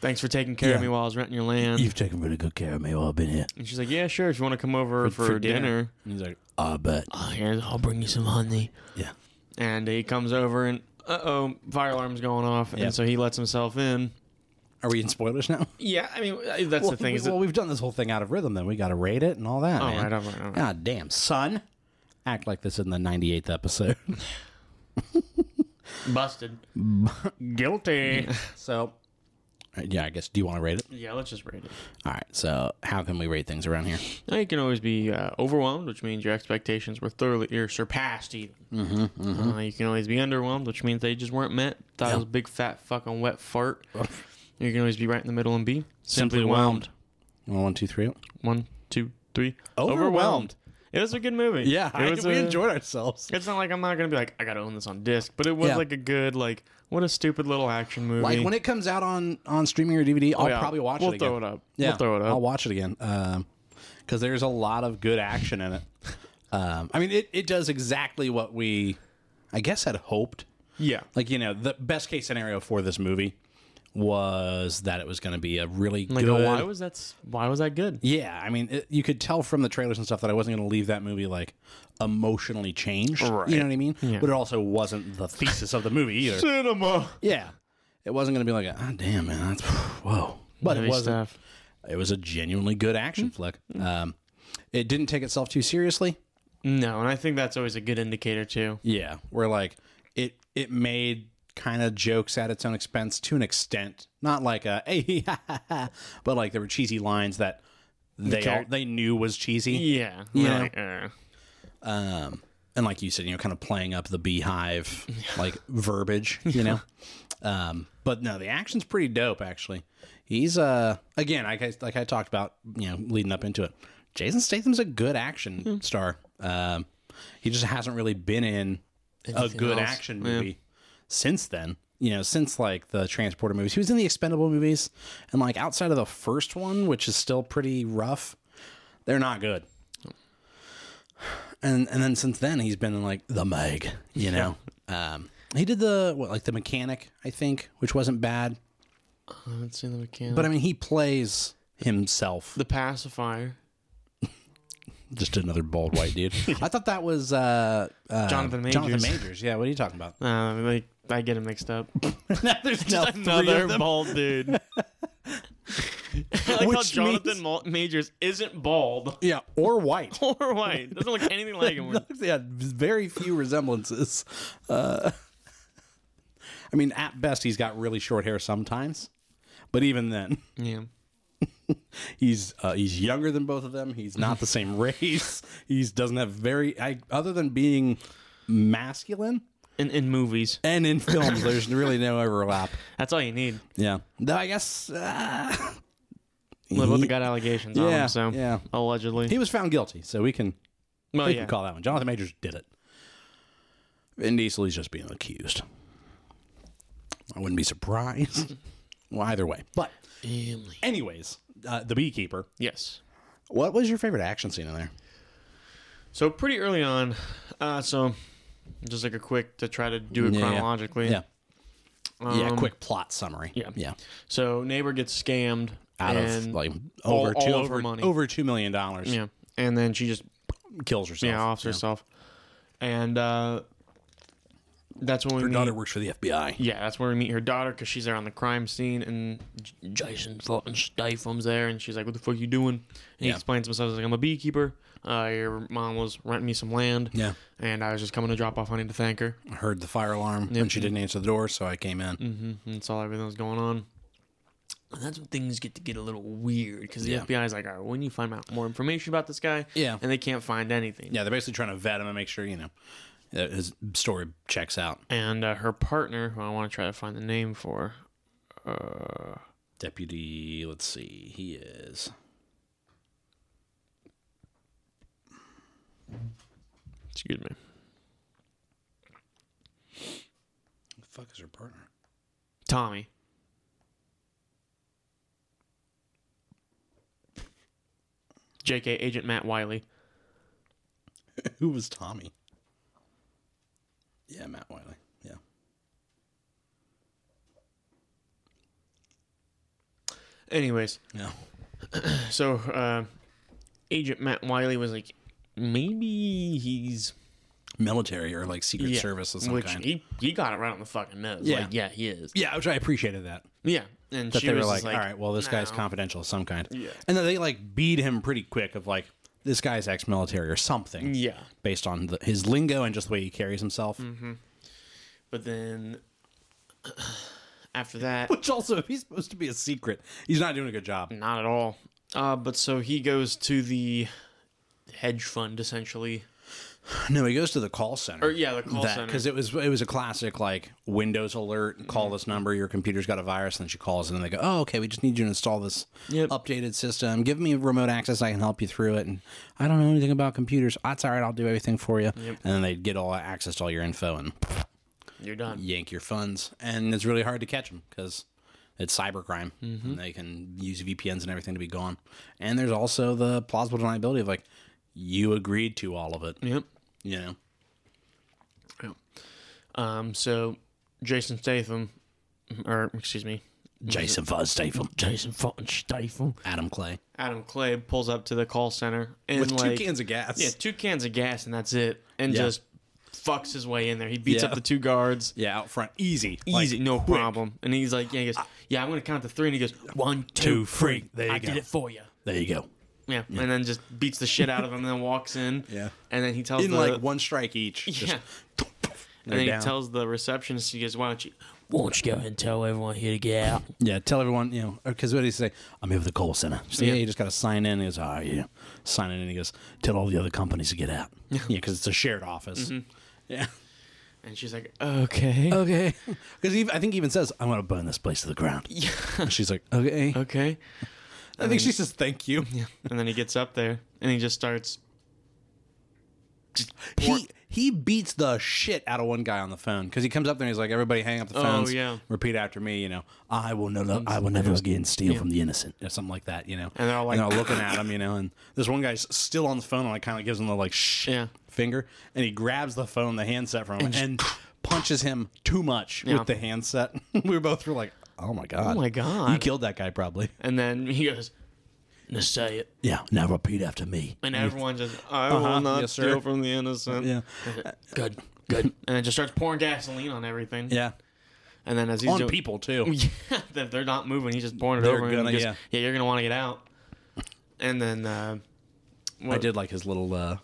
"Thanks for taking care
Yeah.
of me while I was renting your land,"
You've taken really good care of me while I've been here.
and she's like, "Yeah, sure, if you want to come over for, dinner,
And he's like, I bet.
oh, here's- I'll bring you some honey."
Yeah.
And he comes over, and uh oh, fire alarm's going off,
Yeah.
and so he lets himself in.
Are we in spoilers now?
Yeah, I mean uh, that's the thing.
We,
is that,
well, we've done this whole thing out of rhythm. Then we got to rate it and all that.
oh,
man.
right, all right, all right.
God damn, son. Act like this in the 98th episode.
busted.
Guilty. so, yeah, I guess. Do you want to rate it?
Yeah, let's just rate it.
All right. So, how can we rate things around here?
Now you can always be uh, overwhelmed, which means your expectations were thoroughly or surpassed even. Mm-hmm, Uh, you can always be underwhelmed, which means they just weren't met. Thought it was a big fat fucking wet fart. you can always be right in the middle and be
Simply whelmed. One, one, two, three.
One, two, three.
Overwhelmed.
It was a good movie. it was a-
ourselves.
It's not like I'm not gonna be like I gotta own this on disc, but it was
Yeah.
like a good like what a stupid little action movie.
Like when it comes out on on streaming or DVD, I'll
Oh, Yeah,
probably watch
we'll
it again.
throw it up. We'll throw it up.
I'll watch it again. Um, because there's a lot of good action in it. Um, I mean, it, it does exactly what we, I guess, had hoped
yeah.
like you know the best case scenario for this movie was that it was going to be a really
Like
good
why was that? s- Why was that good?
yeah i mean it, you could tell from the trailers and stuff that i wasn't going to leave that movie like emotionally changed you know what i mean but it also wasn't the thesis of the movie either
Cinema.
yeah it wasn't going to be like ah damn man that's whoa but it
Heavy
wasn't
stuff. Mm.
it was a genuinely good action flick um it didn't take itself too seriously
No, and I think that's always a good indicator too.
Yeah, where like it it made kind of jokes at its own expense to an extent, not like a hey, ha, ha, ha," but like there were cheesy lines that they
Okay.
all, they knew was cheesy,
Yeah.
know?
Yeah. Like, uh,
um, and like you said, you know, kind of playing up the beehive like verbiage, you know. Um, but no, the action's pretty dope actually. He's uh again, I guess, like I talked about, you know, leading up into it. Jason Statham's a good action star. Um, he just hasn't really been in a good
else.
action movie since then. You know, since like the transporter movies, he was in the Expendable movies, and like outside of the first one, which is still pretty rough, they're not good. And and then since then, he's been in like the Meg. You know, um, he did the what like the mechanic, I think, which wasn't bad.
let's see the mechanic.
But I mean, he plays himself.
the pacifier.
Just another bald white dude. I thought that was uh, uh,
Jonathan Majors.
Jonathan Majors. Yeah, what are you talking about?
Uh, like I get him mixed up.
There's
Just another bald dude. I like how
Which
Jonathan
means-
Ma- Majors isn't bald
Yeah, or white.
or white. Doesn't look anything like him.
yeah, very few resemblances. Uh, I mean, at best, he's got really short hair sometimes, but even then,
Yeah.
he's uh, he's younger than both of them. He's not the same race. He's doesn't have very I, other than being masculine
In in movies,
and in films. there's really no overlap.
that's all you need.
Yeah, though I guess uh,
Well, both
he-
got allegations on
Yeah,
him, so
yeah.
allegedly.
he was found guilty, so we can
well,
we
Oh, yeah.
can call that one. Jonathan Majors did it. Vin Diesel is just being accused. I wouldn't be surprised. well, either way. But, anyways, uh, the beekeeper.
Yes.
What was your favorite action scene in there?
So pretty early on, uh, so just like a quick to try to do it
Yeah, yeah.
chronologically.
Yeah. yeah.
Um,
Quick plot summary.
yeah.
Yeah.
So neighbor gets scammed
Out
and
of like
all-
over
all
two
over
over,
money.
over two million dollars.
yeah, and then she just
Kills herself.
yeah offs herself, and uh, that's when we
Her
meet,
daughter works for the FBI.
yeah that's where we meet her daughter because she's there on the crime scene and J- Jason fucking Statham's there and she's like what the fuck you doing and he
Yeah.
explains himself he's like I'm a beekeeper uh, your mom was renting me some land
Yeah.
and I was just coming to drop off honey to thank her
I heard the fire alarm and she didn't answer the door, so I came in.
and saw everything was going on. And that's when things get to get a little weird because the
Yeah.
FBI is like, all right, when you find out more information about this guy,
Yeah.
and they can't find anything.
Yeah, they're basically trying to vet him and make sure, you know, that his story checks out.
And uh, her partner, who I want to try to find the name for,
Deputy, let's see, he is.
excuse me,
Who the fuck is her partner?
Tommy. JK agent Matt Wiley.
Who was Tommy? Yeah, Matt Wiley. Yeah.
Anyways,
No.
so uh, agent Matt Wiley was like, maybe he's
Military or like Secret
Yeah,
Service of some
which
kind.
he, he got it right on the fucking nose.
Yeah.
Like, yeah, he is.
yeah, which I appreciated that.
Yeah, and
That
she
they were
was
like,
just like,
all right, well, this guy's
no."
confidential of some kind.
Yeah.
And then they like beat him pretty quick of like, this guy's ex military or something
Yeah,
based on the, his lingo and just the way he carries himself.
Mm-hmm. but then after that,
Which also, if he's supposed to be a secret, he's not doing a good job.
not at all. Uh, but so he goes to the hedge fund essentially.
No, he goes to the call center.
Or, yeah, the call center.
because it was it was a classic like Windows alert,
Mm-hmm.
call this number, your computer's got a virus, and then she calls, and then they go, oh, okay, we just need you to install this
Yep.
updated system. Give me remote access, I can help you through it. And I don't know anything about computers. That's all right, I'll do everything for you. And then they'd get all access to all your info and
You're done.
yank your funds, and it's really hard to catch them because. It's cybercrime. And they can use VPNs and everything to be gone. And there's also the plausible deniability of like, you agreed to all of it.
Yep.
You know?
Yep. Um. So Jason Statham, or excuse me,
Jason Fuzz Statham.
Jason fucking Statham.
Adam Clay.
Adam Clay pulls up to the call center and like
of gas.
yeah,
Yeah.
two cans of gas and that's it, and
Yeah.
just fucks his way in there. He beats
Yeah.
up the two guards.
out front. Easy.
easy, Ah. no problem. And he's like, yeah, he goes, yeah, I'm gonna count to three, and he goes, one, two,
Two,
three.
three. There you
I
go.
did it for you.
There you go.
Yeah. and then just beats the shit out of him, and then walks in.
Yeah.
and then he tells
In
the
like one strike each.
yeah,
Just,
and then
down.
he tells the receptionist, he goes, why don't you, why don't you go ahead and tell everyone here to get out?
yeah, tell everyone, you know, because what did he say? I'm here for the call center. So yeah,
Yeah.
you just got to sign in. He goes, oh, yeah. Sign in. And he goes, tell all the other companies to get out. Yeah, Mm-hmm. because it's a shared office. Yeah.
And she's like, okay,
Okay. Because I think he even says, I want to burn this place to the ground. Yeah. she's like, okay.
okay.
I think she says, thank you.
And then he gets up there, and he just starts.
He he beats the shit out of one guy on the phone because he comes up there and he's like, "Everybody, hang up the
Oh,
phones.
yeah.
Repeat after me. You know, I will no, I will never again steal from the innocent, or something like that. You know."
And they're all like- "Ah."
looking at him, you know. And this one guy's still on the phone, and like kind of gives him the like shh
Yeah.
finger, and he grabs the phone, the handset from him, and punches him too much
Yeah.
with the handset. we were both were like, "Oh my god,
my God.
you killed that guy probably."
And then he goes, Just say it.
Yeah, now repeat after me.
And everyone just, I
Uh-huh.
will not
Yes, sir.
steal from the innocent.
Yeah.
Good, good.
And it just starts pouring gasoline on everything.
Yeah.
And then as he's
On
doing,
people too.
yeah, if they're not moving, he's just pouring it
They're
over. and
gonna-
just,
yeah.
you're gonna want to get out. And then uh,
I did like his little uh,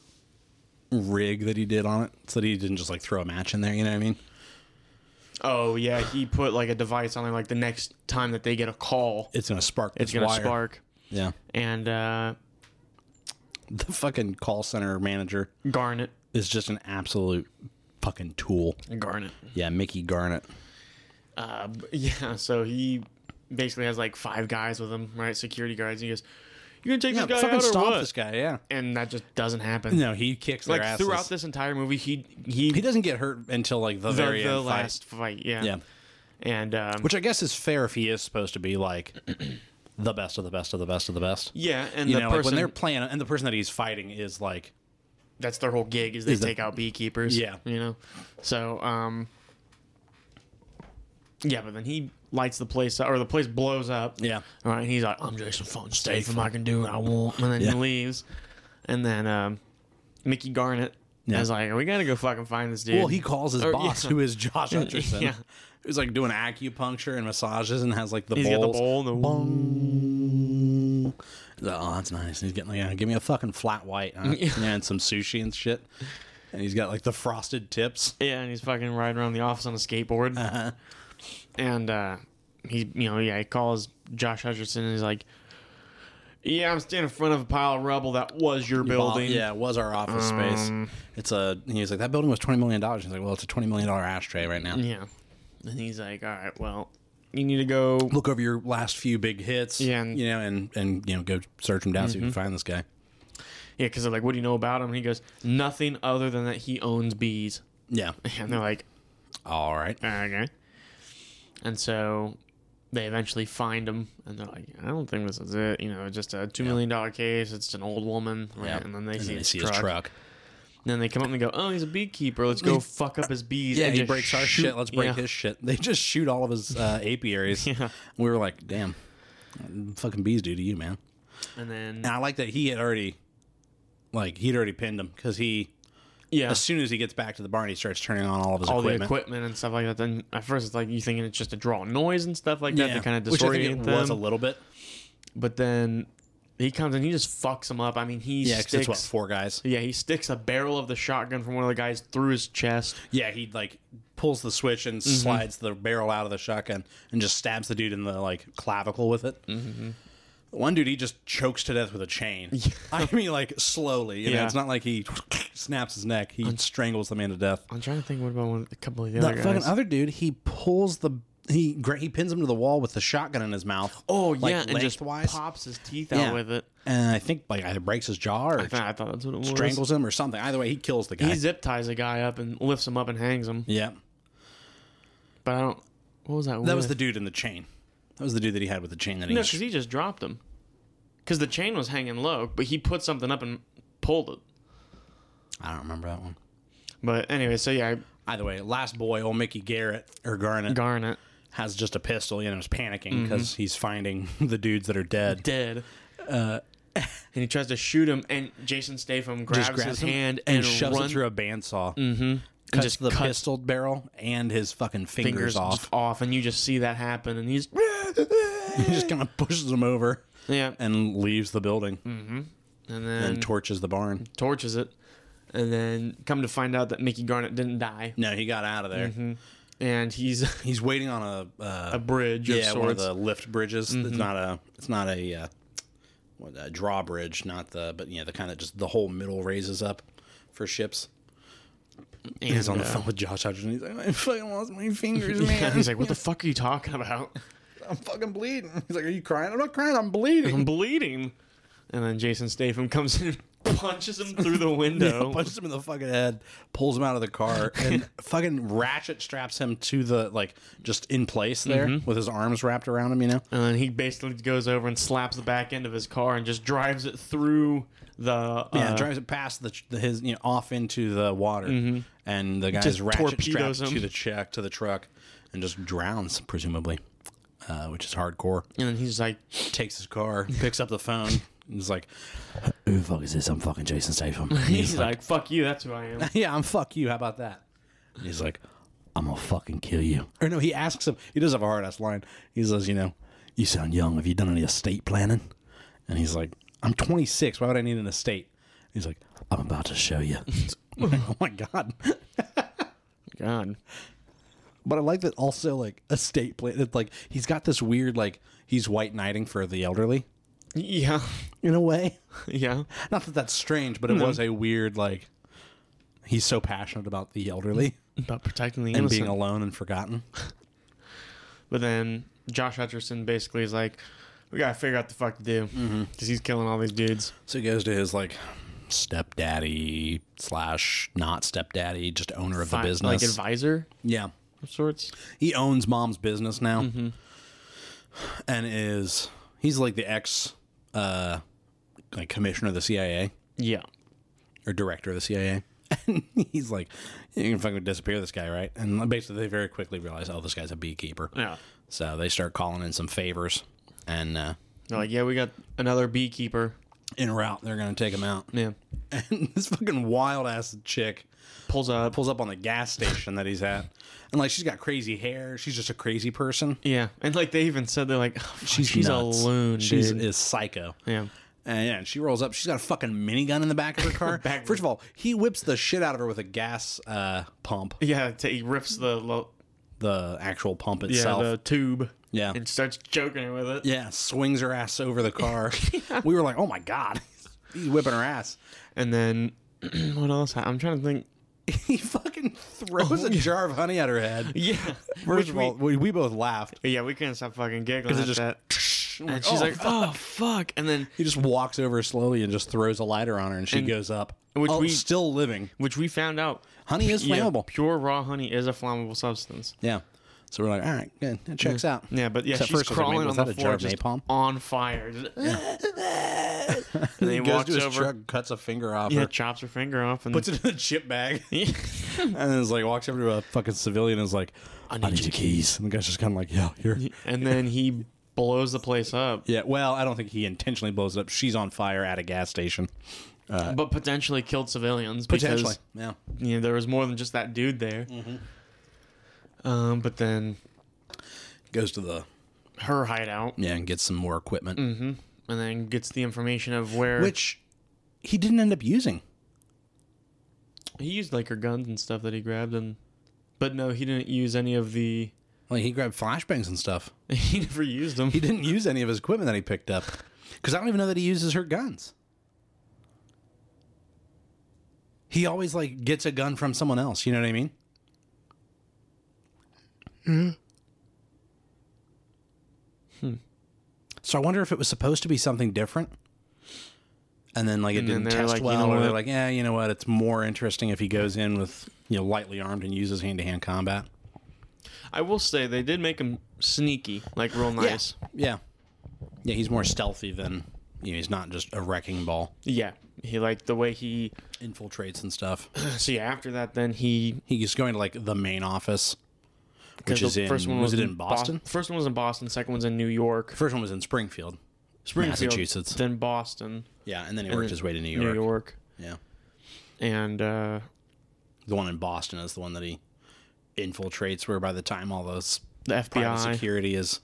rig that he did on it, so that he didn't just like throw a match in there. You know what I mean?
Oh yeah, he put like a device on there. Like the next time that they get a call,
It's gonna spark.
it's
this
gonna
wire.
spark.
Yeah.
And uh,
The fucking call center manager
Garnet,
is just an absolute fucking tool.
Garnet.
Yeah, Mickey Garnett.
Uh, b- yeah, so he basically has like five guys with him, right? Security guards. And he goes, "You gonna take
Yeah,
this guy
fucking
out or
stop
what?"
this guy. Yeah.
And that just doesn't happen.
No, he kicks their
like
asses.
throughout this entire movie, he he,
he doesn't get hurt until like the,
the,
very
the
end fight.
last fight. Yeah.
Yeah.
And um,
Which I guess is fair if he is supposed to be like the best of the best of the best of the best.
yeah, and
You
the
know,
person
like when they're playing, and the person that he's fighting is like,
that's their whole gig is they
the-
take out beekeepers.
Yeah.
You know? So, um Yeah, but then he lights the place up or the place blows up.
yeah,
All right, and he's like, I'm Jason Fun, stay from I can do what I want and then
Yeah.
he leaves. And then um Mickey Garnett
Yeah.
is like, We gotta go fucking find this dude.
Well, he calls his
Or-
boss,
yeah.
who is Josh Hutcherson,
Yeah.
who's like doing acupuncture and massages and has like the
He's got
bowls.
the bowl and the
Bong. He's like, oh, that's nice. He's getting like, yeah, give me a fucking flat white, huh? yeah.
Yeah.
and some sushi and shit. And he's got like the frosted tips.
Yeah, and he's fucking riding around the office on a skateboard.
Uh-huh.
And uh, he, you know, yeah, he calls Josh Hutcherson and he's like, "Yeah, I'm standing in front of a pile of rubble that was your building." Um.
yeah, it was our office space. It's a. And he was like, that building was twenty million dollars. He's like, well, it's a twenty million dollar ashtray right now.
yeah. And he's like, "All right, well, you need to go."
Look over your last few big hits.
Yeah, and- Mm-hmm.
you know, and and you know, go search him down so you can find this guy.
Yeah, because they're like, "What do you know about him?" And he goes, "Nothing other than that he owns bees."
Yeah.
And they're like,
All right.
"Okay." And so they eventually find him, and they're like, "I don't think this is it." You know, just a two million dollar case. It's an old woman, right? And then they see, his, truck. And then they come up and they go, "Oh, he's a beekeeper. Let's go fuck up his bees."
Yeah,
and
he
just
breaks our
shoot-
shit. Let's break
Yeah.
his shit. They just shoot all of his uh, apiaries.
Yeah.
We were like, damn, fucking bees do to you, man.
And then
And I like that he had already, like, he'd already pinned him because he,
yeah,
as soon as he gets back to the barn, he starts turning on all of his
all
equipment.
the equipment and stuff like that. Then at first it's like you thinking it's just to draw noise and stuff like that to kind of
Which I
disorient
think it
them.
was a little bit.
but then he comes and he just fucks them up. I mean, he
Yeah, because
sticks.
it's what four guys.
yeah, he sticks a barrel of the shotgun from one of the guys through his chest.
Yeah, he like pulls the switch and
Mm-hmm.
slides the barrel out of the shotgun and just stabs the dude in the like clavicle with it. Mm-hmm. One dude he just chokes to death with a chain. I mean, like slowly. You know,
Yeah.
it's not like he snaps his neck. He strangles the man to death.
I'm trying to think what about one, a couple of the
That
other
fucking
guys.
other dude, he pulls the he gra- he pins him to the wall with the shotgun in his mouth.
oh
like,
yeah, and just
lengthwise.
pops his teeth
Yeah.
out with it.
and I think like either breaks his jaw or
I thought that's what it was.
strangles him or something. Either way, he kills the guy.
He zip ties a guy up and lifts him up and hangs him.
yeah,
But I don't. What was that?
that was
with?
the dude in the chain. That was the dude that he had with the chain that he
No,
sh-
because he just dropped him. Because the chain was hanging low, but he put something up and pulled it.
I don't remember that one.
But anyway, so yeah,
Either way, last boy, old Mickey Garrett or Garnet
Garnet
has just a pistol. You know, is panicking because he's finding the dudes that are dead.
dead. and he tries to shoot him, and Jason Statham grabs,
Just grabs
his
him
hand and,
shoves
runs
it through a bandsaw. Mm-hmm. Cuts
just
the
cuts-
pistol barrel and his fucking fingers,
fingers
off.
just off, and you just see that happen, and he's
he just kind of pushes him over
yeah, and,
and leaves the building
Mm-hmm. then
and torches the barn.
torches it, and then come to find out that Mickey Garnet didn't die,
No, he got out of there.
and he's
He's waiting on a uh,
Mm-hmm. a bridge of
yeah,
sorts. Mm-hmm.
one of the lift bridges. It's not a it's not a, uh, what, a drawbridge, not the but you know the kind that just the whole middle raises up for ships.
and,
he's on the
uh,
phone with Josh Hutcherson. He's like, I fucking lost my fingers,
yeah,
man.
he's like, "What the fuck are you talking about?"
I'm fucking bleeding. He's like, Are you crying? I'm not crying. I'm bleeding.
I'm bleeding. And then Jason Statham comes in and punches him through the window.
Punches him in the fucking head, pulls him out of the car, and fucking ratchet straps him to the like just in place there
Mm-hmm.
with his arms wrapped around him. You know,
and then he basically goes over and slaps the back end of his car and just drives it through the. Uh,
yeah, drives it past the, the his you know off into the water, and the guy's
Mm-hmm. Just
ratchet
torpedoes
strapped
him.
to the check to the truck, and just drowns presumably. uh, which is hardcore.
And then he's like,
Takes his car, picks up the phone, and is like,
Who the fuck is this? I'm fucking Jason Statham.
he's like, fuck you, that's who I am.
"Yeah, I'm fuck you. How about that?" And he's like,
I'm gonna fucking kill you.
or no, he asks him. He does have a hard ass line. He says, "You know, you sound young. Have you done any estate planning?" And he's like, "I'm 26. Why would I need an estate?" He's like,
I'm about to show you.
"Oh my god."
God.
But I like that also like estate plan. That, like he's got this weird like he's white knighting for the elderly
Yeah.
in a way.
Yeah.
Not that that's strange, but it was a weird like he's so passionate about the elderly
About protecting the
and
innocent.
being alone and forgotten.
But then Josh Hutcherson basically is like, we gotta figure out the fuck to do because
Mm-hmm.
he's killing all these dudes.
So he goes to his like stepdaddy slash not stepdaddy, just owner of the
Fi-
business.
like advisor
yeah,
of sorts.
he owns mom's business now, and is he's like the ex uh like commissioner of the CIA.
Yeah,
or director of the CIA. And he's like, you can fucking disappear this guy, right? And basically, they very quickly realize, oh, this guy's a beekeeper.
yeah.
So they start calling in some favors. And uh,
They're like, yeah, we got another beekeeper.
en route, they're going to take him out.
Yeah,
And this fucking wild ass chick
pulls up.
pulls up on the gas station that he's at. And like, she's got crazy hair. She's just a crazy person.
Yeah, and like they even said they're like, oh, fuck, she's,
nuts.
a loon,
She's
dude.
is psycho.
yeah,
And yeah, and she rolls up. She's got a fucking minigun in the back of her car.
Back-
First of all, he whips the shit out of her with a gas uh, pump,
yeah. T- he rips the lo-
the actual pump
yeah
itself.
the tube.
Yeah.
and starts choking her with it.
Yeah, swings her ass over the car. We were like, oh my God. He's whipping her ass.
And then what else? I'm trying to think.
He fucking throws a jar of honey at her head.
Yeah,
First
which
of all, Oh, we, we both laughed.
we, yeah, we couldn't stop fucking giggling at
It just-
that.
I'm
And she's
"Oh,
like,
fuck."
oh fuck, and then
he just walks over slowly and just throws a lighter on her, and she goes up.
which
oh,
we-
still living.
which we found out
Honey is
yeah,
flammable.
pure raw honey is a flammable substance.
Yeah. So we're like, all right, good. It checks out.
Yeah, but yeah,
So at
she's
first I was like,
crawling
wait, was
on
that
the
a jar
floor,
of
just
napalm?
on fire. Just- and then he
He goes
walks
to his
over,
truck, cuts a finger off
yeah,
her,
chops her finger off, and
puts it in a chip bag,
yeah,
and then is like walks over to a fucking civilian and is like,
I need, your keys.
and the guy's just kind of like, yeah, here.
and then he blows the place up,
Yeah, well, I don't think he intentionally blows it up. She's on fire at a gas station.
but potentially killed civilians
Potentially. Yeah.
because you know, there was more than just that dude there. Um, but then
Goes to the
her hideout,
yeah and gets some more equipment,
and then gets the information of where
which he didn't end up using.
he used like her guns and stuff that he grabbed, and but no, he didn't use any of the.
Like he grabbed flashbangs and stuff.
He never used them.
He didn't use any of his equipment that he picked up because I don't even know that he uses her guns. He always like gets a gun from someone else. You know what I mean?
Hmm.
So I wonder if it was supposed to be something different. And then like it
And then
didn't
they're
test
like, you
well,
know
or they're
what?
like, yeah, you know what? It's more interesting if he goes in with you know lightly armed and uses hand to hand combat.
I will say they did make him sneaky, like real nice.
Yeah. Yeah, he's more stealthy than you know, he's not just a wrecking ball.
Yeah. He like the way he
Infiltrates and stuff.
see after that then he
He's going to like the main office. Which
the
is in was, it in Boston?
Bos- first one was in Boston, second one's in New York.
First one was in Springfield.
Springfield,
Massachusetts.
Then Boston,
Yeah, and then he worked
then
his way to New York.
New York.
Yeah.
And uh
The one in Boston is the one that he infiltrates where by the time all those
the
private
FBI.
security is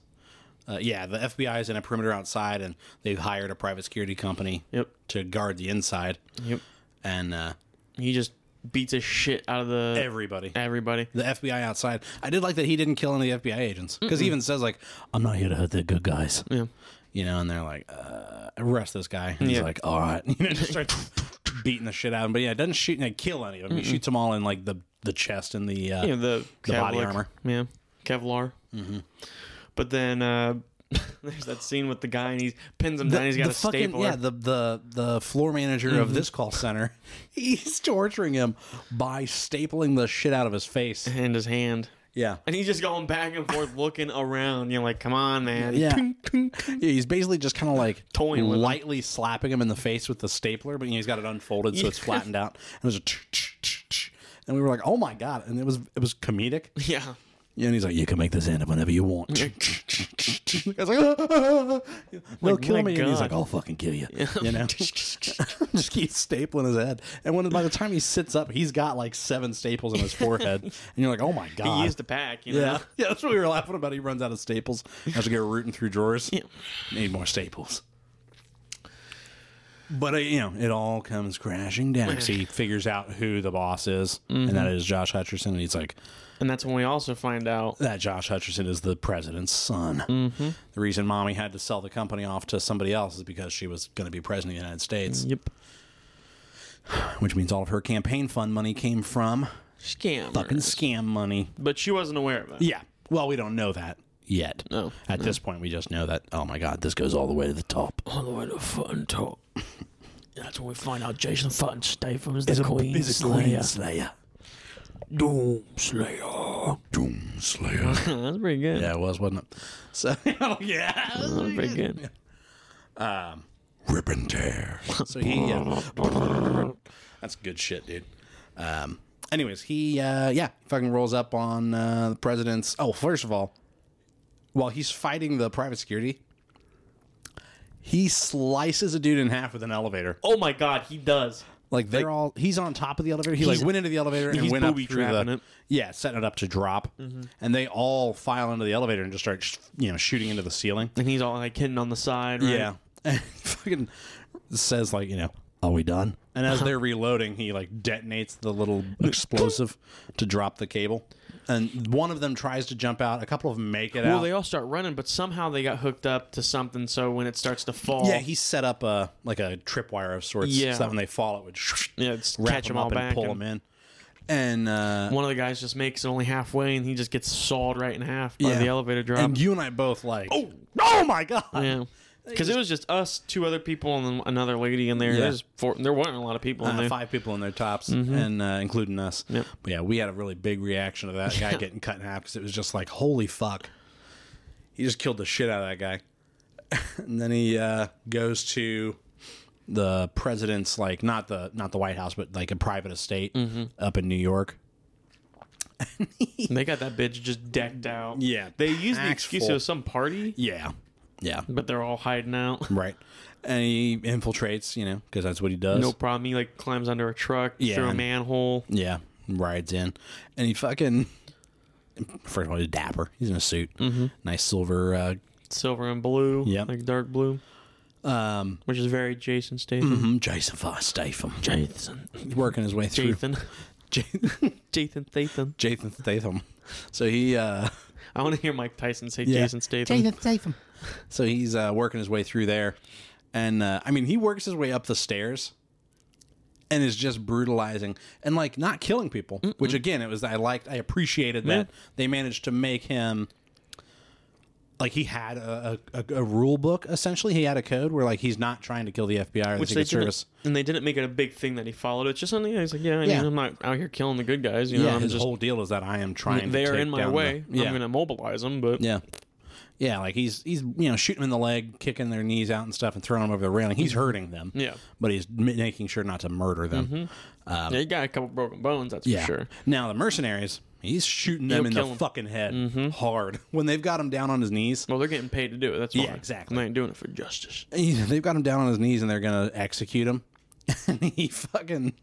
uh, yeah, the FBI is in a perimeter outside and they've hired a private security company
Yep.
to guard the inside
Yep.
and uh,
He just beats the shit out of the
everybody.
everybody.
the FBI outside. I did like that he didn't kill any of the FBI agents because he even says like,
I'm not here to hurt the good guys.
Yeah.
you know, and they're like, uh, arrest this guy. And he's
Yeah.
like, all right, you know, just starts beating the shit out of him. But yeah, it doesn't shoot and kill any of them. He shoots them all in like the the chest and the uh,
Yeah, the,
the body
Kevlar-
armor.
Yeah. Kevlar. Mm-hmm. But then uh there's that scene with the guy and he pins him down, he's got
the
a Mm-hmm. stapler.
yeah the the the floor manager of this call center. He's torturing him by stapling the shit out of his face.
in his hand.
Yeah.
And he's just going back and forth looking around. You're like, come on, man.
Yeah. yeah, he's basically just kind of like
Toying with him.
lightly slapping him in the face with the stapler, but you know, he's got it unfolded so it's
Yeah.
flattened out. And there's a tch, tch, tch, tch. and we were like, "Oh my god!" And it was it was comedic.
Yeah.
Yeah, and he's like, you can make this end up whenever you want. I was like, they'll
Like,
kill
my
me. And he's
God.
like, I'll fucking kill you. You know, just keeps stapling his head.
And when by the time he sits up, he's got like seven staples in his forehead, and you're like, oh my god.
He used the pack, you know.
yeah, yeah, that's what we were laughing about. He runs out of staples, has to go rooting through drawers. Need more staples. But uh, you know, it all comes crashing down. 'Cause he figures out who the boss is, and that is Josh Hutcherson. And he's like,
And that's when we also find out
that Josh Hutcherson is the president's son. Mm-hmm. The reason mommy had to sell the company off to somebody else is because she was going to be president of the United States,
Yep.
which means all of her campaign fund money came from
Scam.
fucking scam money.
But she wasn't aware of it.
Yeah. Well, we don't know that yet.
No.
At this point, we just know that, oh my God, this goes all the way to the top.
all the way to Fun Top. That's when we find out Jason Fun Statham's the Queen
Is it
Oh, Slayer.
Slayer.
Doom Slayer.
Doom Slayer.
that's pretty good.
yeah, it was, wasn't it? So, yeah.
That's pretty good.
Rip and tear. So he, uh, that's good shit, dude. Um, anyways, he, uh, yeah, fucking rolls up on uh, the president's. Oh, first of all, while he's fighting the private security, he slices a dude in half with an elevator.
Oh my god, he does.
Like they're all. He's on top of the elevator. He like went into the elevator and
he's
went up
booby
through
trapping
the.
it.
Yeah, setting it Mm-hmm. up to drop, and they all file into the elevator and just start, sh- you know, shooting into the ceiling.
And he's all like hidden on the side, right?
and fucking says like you know
Are we done?
And as they're reloading, he like detonates the little explosive to drop the cable. And one of them tries to jump out. A couple of them make it
Well,
out.
they all start running, but somehow they got hooked up to something. So when it starts to fall,
yeah, he set up a like a tripwire of sorts.
Yeah.
So that when they fall, it would
Yeah, just
wrap
catch
them
them all
up and
back
pull
and-
them in. And uh,
one of the guys just makes it only halfway, and he just gets sawed right in half by
yeah.
the elevator drop.
And you and I both like, oh, oh my god.
yeah. Because it was just us, two other people, and then another lady in there.
Yeah.
There's four, there weren't a lot of people in
Uh,
there.
five people in their tops, and uh, including us.
Yep.
But yeah, we had a really big reaction to that guy getting cut in half because it was just like, holy fuck, he just killed the shit out of that guy. and then he uh, goes to the president's, like not the not the White House, but like a private estate up in New York.
They got that bitch just decked out.
Yeah,
They used the
axe
excuse
full.
it was some party,
Yeah, yeah,
but they're all hiding out.
right. And he infiltrates, you know, because that's what he does.
No problem. He like climbs under a truck
Yeah.
through a manhole.
Yeah, rides in, and he fucking. First of all, he's dapper. He's in a suit, nice silver uh,
silver and blue, yeah,
Yep.
like dark blue,
Um,
which is very Jason Statham.
mhm, Jason Foss Statham.
Jason,
He's working his way through.
Jathan,
J-
Jathan Statham.
Jason Statham. So he, uh,
I want to hear Mike Tyson say
Yeah.
Jason Statham.
Statham. So he's uh, working his way through there, and uh, I mean, he works his way up the stairs, and is just brutalizing and like not killing people. Which again, it was I liked, I appreciated that they managed to make him. Like he had a, a, a- a rule book essentially. He had a code where like he's not trying to kill the FBI or the
Which they
Secret Service.
didn't, and they didn't make it a big thing that he followed. It's just something he's like, yeah, I mean,
Yeah.
I'm not out here killing the good guys. You know,
yeah,
I'm
his
just
whole deal is that I am trying.
they
to
are
take
in my
down
way.
The, yeah,
I'm gonna mobilize them, but
yeah, yeah. Like he's he's you know shooting them in the leg, kicking their knees out and stuff, and throwing them over the railing. He's hurting them.
Yeah.
but he's m- making sure not to murder them.
yeah, he got a couple broken bones. That's
Yeah.
for sure.
Now the mercenaries, he's shooting them
He'll
in the
kill 'em. Mm-hmm.
fucking head hard when they've got him down on his knees.
Well, they're getting paid to do it. That's why.
Yeah, exactly.
They ain't doing it for justice.
he- they've got him down on his knees and they're gonna execute him. And he fucking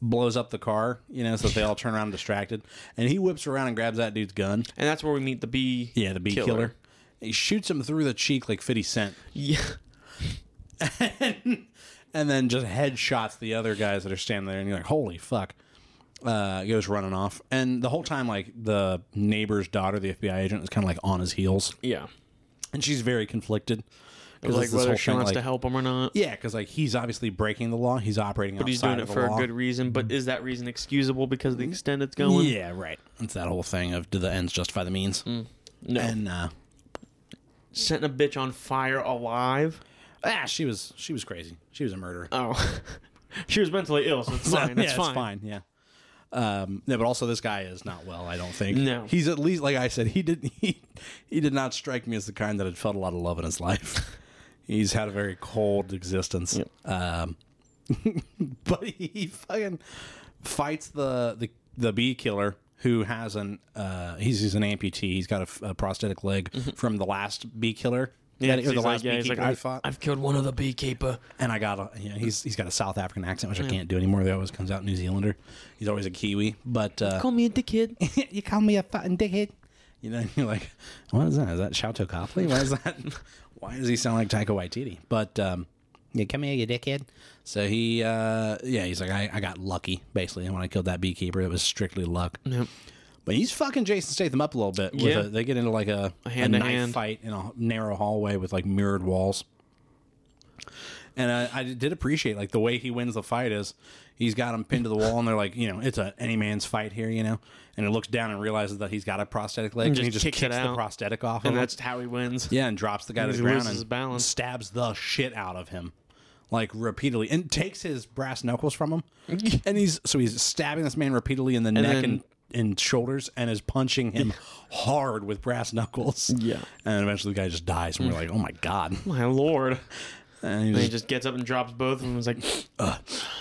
blows up the car, you know, so they all turn around distracted. And he whips around and grabs that dude's gun.
And that's where we meet the bee.
Yeah, the bee killer. He shoots him through the cheek like 50 Cent
Yeah.
and then just headshots the other guys that are standing there. And you're like, holy fuck. Uh, he goes running off. And the whole time, like, the neighbor's daughter, the FBI agent, is kind of like on his heels.
Yeah.
And she's very conflicted. 'Cause
Like
it's this
whether
whole
she
thing,
wants
like-
to help him or not.
Yeah, because, like, he's obviously breaking the law. He's operating
But he's doing it for a good reason. But is that reason excusable because of the extent it's going?
Mm-hmm. Yeah, right. It's that whole thing of do the ends justify the means?
Mm. No.
And, uh,
Setting a bitch on fire alive.
ah, she was, she was crazy. She was a murderer.
Oh. she was mentally ill, so it's
So,
fine.
yeah,
That's fine.
Yeah. Um, no, but also this guy is not well. I don't think.
No.
he's at least like I said. He did he he did not strike me as the kind that had felt a lot of love in his life. he's had a very cold existence. Um, but he fucking fights the the the bee killer who has an uh, he's, he's an amputee. He's got a f- a, prosthetic leg from the last bee killer.
Mm-hmm. Yeah,
that- or
he's
the
like-
last
yeah,
bee
he's
killer
like,
we
I-
fought.
I've killed one other beekeeper.
and I got a you know, he's he's got a South African accent, which I can't do anymore. That always comes out New Zealander. He's always a Kiwi, but uh,
Call me a dickhead.
you call me a fucking dickhead. You know, you're like, what is that? Is that Chato Copley? Why is that? Why does he sound like Taika Waititi? But um, yeah, come here, you dickhead. So he, uh, yeah, he's like, I, I got lucky basically. And when I killed that beekeeper, it was strictly luck.
Yep.
But he's fucking Jason Statham up a little bit. With
Yeah.
a, they get into like a, a,
hand to
knife
hand.
fight in a narrow hallway with like mirrored walls. And I, I did appreciate like the way he wins the fight is he's got him pinned to the wall and they're like you know it's a any man's fight here you know and it looks down and realizes that he's got a prosthetic leg and,
just
he just
kicks
kicks,
it
the
out.
prosthetic off
And
of him.
that's how he wins.
yeah and drops the guy to
he
the ground
loses his
and
balance.
stabs the shit out of him like repeatedly and takes his brass knuckles from him and he's so he's stabbing this man repeatedly in the neck
then-
and and shoulders and is punching him hard with brass knuckles
Yeah.
and eventually the guy just dies and we're like oh my god
My lord.
and he
And he
just,
just gets up and drops both of them. It's like,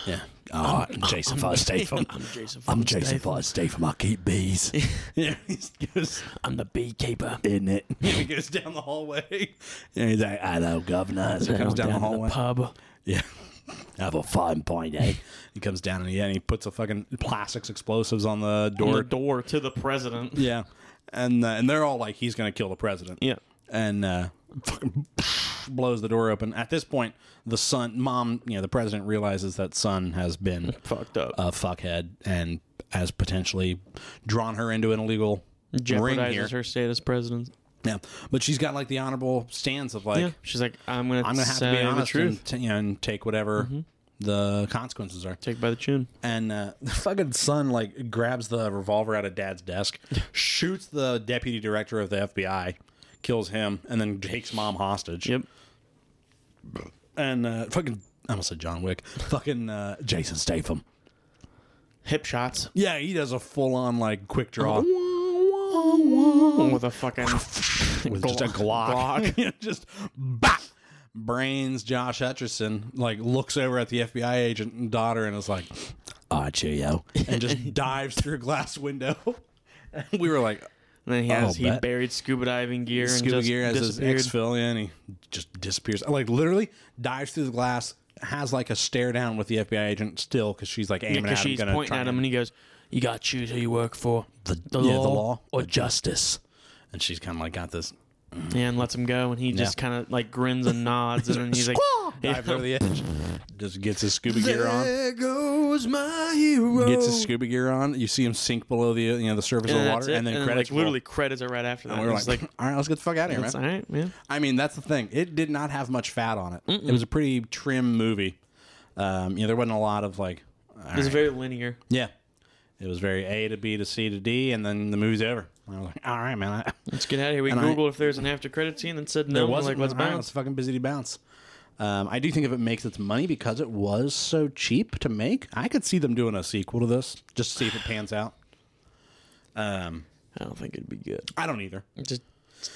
yeah oh Jason Ford Statham
I'm Jason.
I'm
fucking
Jason
Statham.
Ford Statham. I keep bees.
yeah he goes
I'm the beekeeper.
Isn't it?
he goes down the hallway
And he's like, hello, governor.
he comes down, the
in
hallway
pub.
yeah
Have a fine pint, eh?
he comes down and, yeah, and he puts a fucking plastics explosives on the
on
door
the door to the president.
Yeah, and uh, and they're all like, he's gonna kill the president.
Yeah.
and uh, fucking blows the door open. At this point, the son, mom, you know, the president realizes that son has been
Fucked up.
a fuckhead and has potentially drawn her into an illegal ring here.
Jeopardizes her status president.
Yeah, but she's got like the honorable stance of like,
yeah. She's like, I'm going to
I'm gonna have to be honest and, t- you know, and take whatever.
Mm-hmm.
The consequences are,
Take by the chin.
and uh, the fucking son like grabs the revolver out of dad's desk, shoots the deputy director of the FBI, kills him, and then takes mom hostage.
Yep.
And uh, fucking, I almost said John Wick. Fucking uh,
Jason Statham.
Hip shots.
yeah, he does a full on like quick draw
With a fucking.
with just a Glock, Yeah, just bop. Brains Josh Hutcherson like looks over at the FBI agent and daughter and is like,
All right, cheerio.
and just dives through a glass window. And we were like,
And then he has
Oh,
he
bet.
buried scuba diving gear and
scuba
just
gear as his
disappeared.
ex and he just disappears. Like literally dives through the glass, has like a stare down with the FBI agent still because she's like aiming
because
at him,
she's
gonna
pointing
try
at him and he goes,
You gotta choose who you work for. The,
yeah, the law.
or justice.
and she's kind of like got this
yeah, and lets him go, and he just kind of like grins and nods, and then he's like, yeah,
dive over the edge, just gets his scuba gear on,
goes my hero.
gets his scuba gear on. You see him sink below the you know the surface of
and
the
that's
water,
it.
and then
like,
credits roll.
literally credits are right after that.
And we were
It's
like, all right, let's get the fuck out of here, man.
all right, yeah.
I mean, that's the thing. It did not have much fat on it. It was a pretty trim movie. Um, you know, there wasn't a lot of like. all
It's
right.
very linear.
Yeah. It was very A to B to C to D, and then the movie's over. And I was like, all right, man. I,
Let's get out of here. We
And I-
Googled if there's an after credit scene and said no.
there
We're
wasn't.
like, let's
all right,
bounce.
fucking busy to bounce. Um, I do think if it makes its money because it was so cheap to make, I could see them doing a sequel to this just to see if it pans out. Um,
I don't think it'd be good.
I don't either.
It just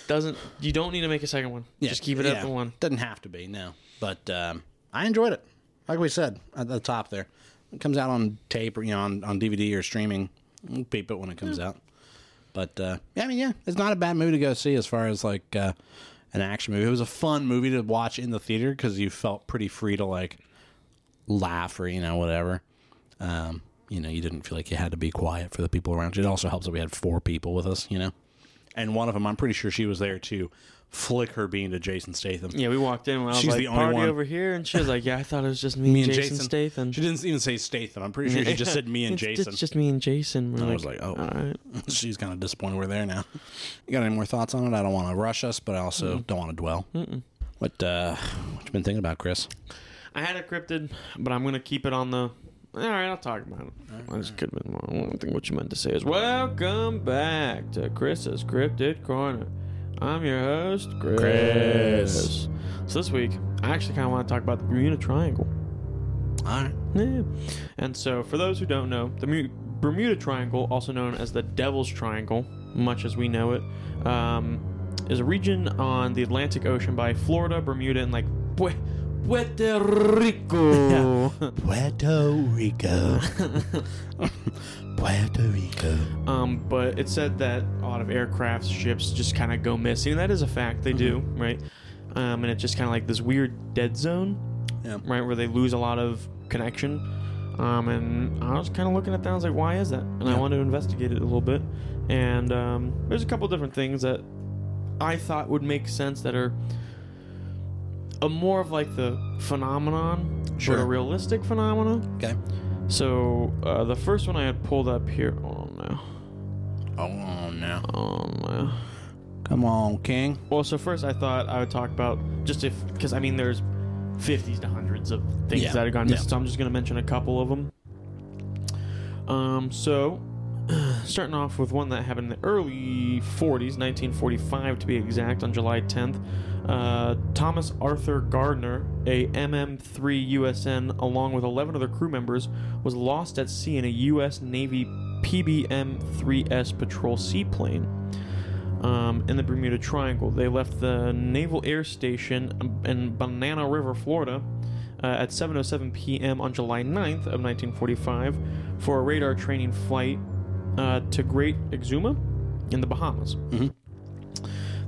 doesn't. You don't need to make a second one.
Yeah,
just keep it
yeah.
at the one.
Doesn't have to be, no. But um, I enjoyed it. Like we said at the top there. It comes out on tape or, you know, on, on DVD or streaming. We'll peep it when it comes out. But uh, yeah, I mean, yeah, it's not a bad movie to go see as far as like uh, an action movie. It was a fun movie to watch in the theater because you felt pretty free to like laugh or, you know, whatever. Um, you know, you didn't feel like you had to be quiet for the people around you. It also helps that we had four people with us, you know. And one of them, I'm pretty sure she was there to flick her bean to Jason Statham.
Yeah, we walked in. And I was
She's
like,
the only
party
one.
over here, and she was like, yeah, I thought it was just me,
me
and
and
Jason, Statham.
She didn't even say Statham. I'm pretty sure she just said me and
It's just-
Jason.
It's just me and Jason. We're
I was like, oh,
all right.
she's kind of disappointed we're there now. You got any more thoughts on it? I don't want to rush us, but I also don't want to dwell. What uh, what you been thinking about, Chris?
I had a cryptid, but I'm gonna keep it on the. All right, I'll talk about it. I just could have been wrong. I think what you meant to say is welcome back to Chris's Cryptid Corner. I'm your host, Chris.
Chris.
So this week, I actually kind of want to talk about the Bermuda Triangle.
All right.
Yeah. And so, for those who don't know, the Mu- Bermuda Triangle, also known as the Devil's Triangle, much as we know it, um, is a region on the Atlantic Ocean by Florida, Bermuda, and like Pu- Puerto Rico.
Puerto Rico. Puerto Rico.
Um, but it said that a lot of aircraft ships just kind of go missing. That is a fact. They
Mm-hmm.
do, right? Um, and it's just kind of like this weird dead zone,
Yeah.
right, where they lose a lot of connection. Um, and I was kind of looking at that. I was like, why is that? And I wanted to investigate it a little bit. And um, there's a couple different things that I thought would make sense that are a more of like the phenomenon, but
Sure.
a realistic phenomenon.
Okay.
So uh, the first one I had pulled up here. Oh no.
Oh no.
Oh no.
Come on, King.
Well, so first I thought I would talk about just if because I mean there's 50s to hundreds of things
Yeah.
that have gone missing.
Yeah.
So I'm just gonna mention a couple of them. Um, so starting off with one that happened in the early 40s, 1945 to be exact, on July 10th. Uh, Thomas Arthur Gardner, a MM3 USN, along with 11 other crew members, was lost at sea in a U.S. Navy PBM-3S patrol seaplane um, in the Bermuda Triangle. They left the Naval Air Station in Banana River, Florida, uh, at 7:07 p.m. on July 9th of 1945 for a radar training flight uh, to Great Exuma in the Bahamas.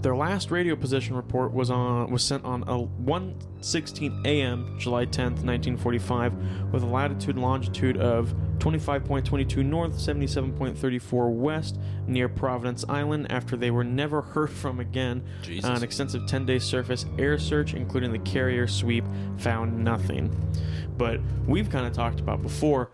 Their last radio position report was on was sent on a 1:16 a.m. July 10th, 1945, with a latitude and longitude of 25.22 north, 77.34 west, near Providence Island. After they were never heard from again, Uh,
Jesus.
an extensive 10-day surface air search, including the carrier sweep, found nothing. But we've kind of talked about before.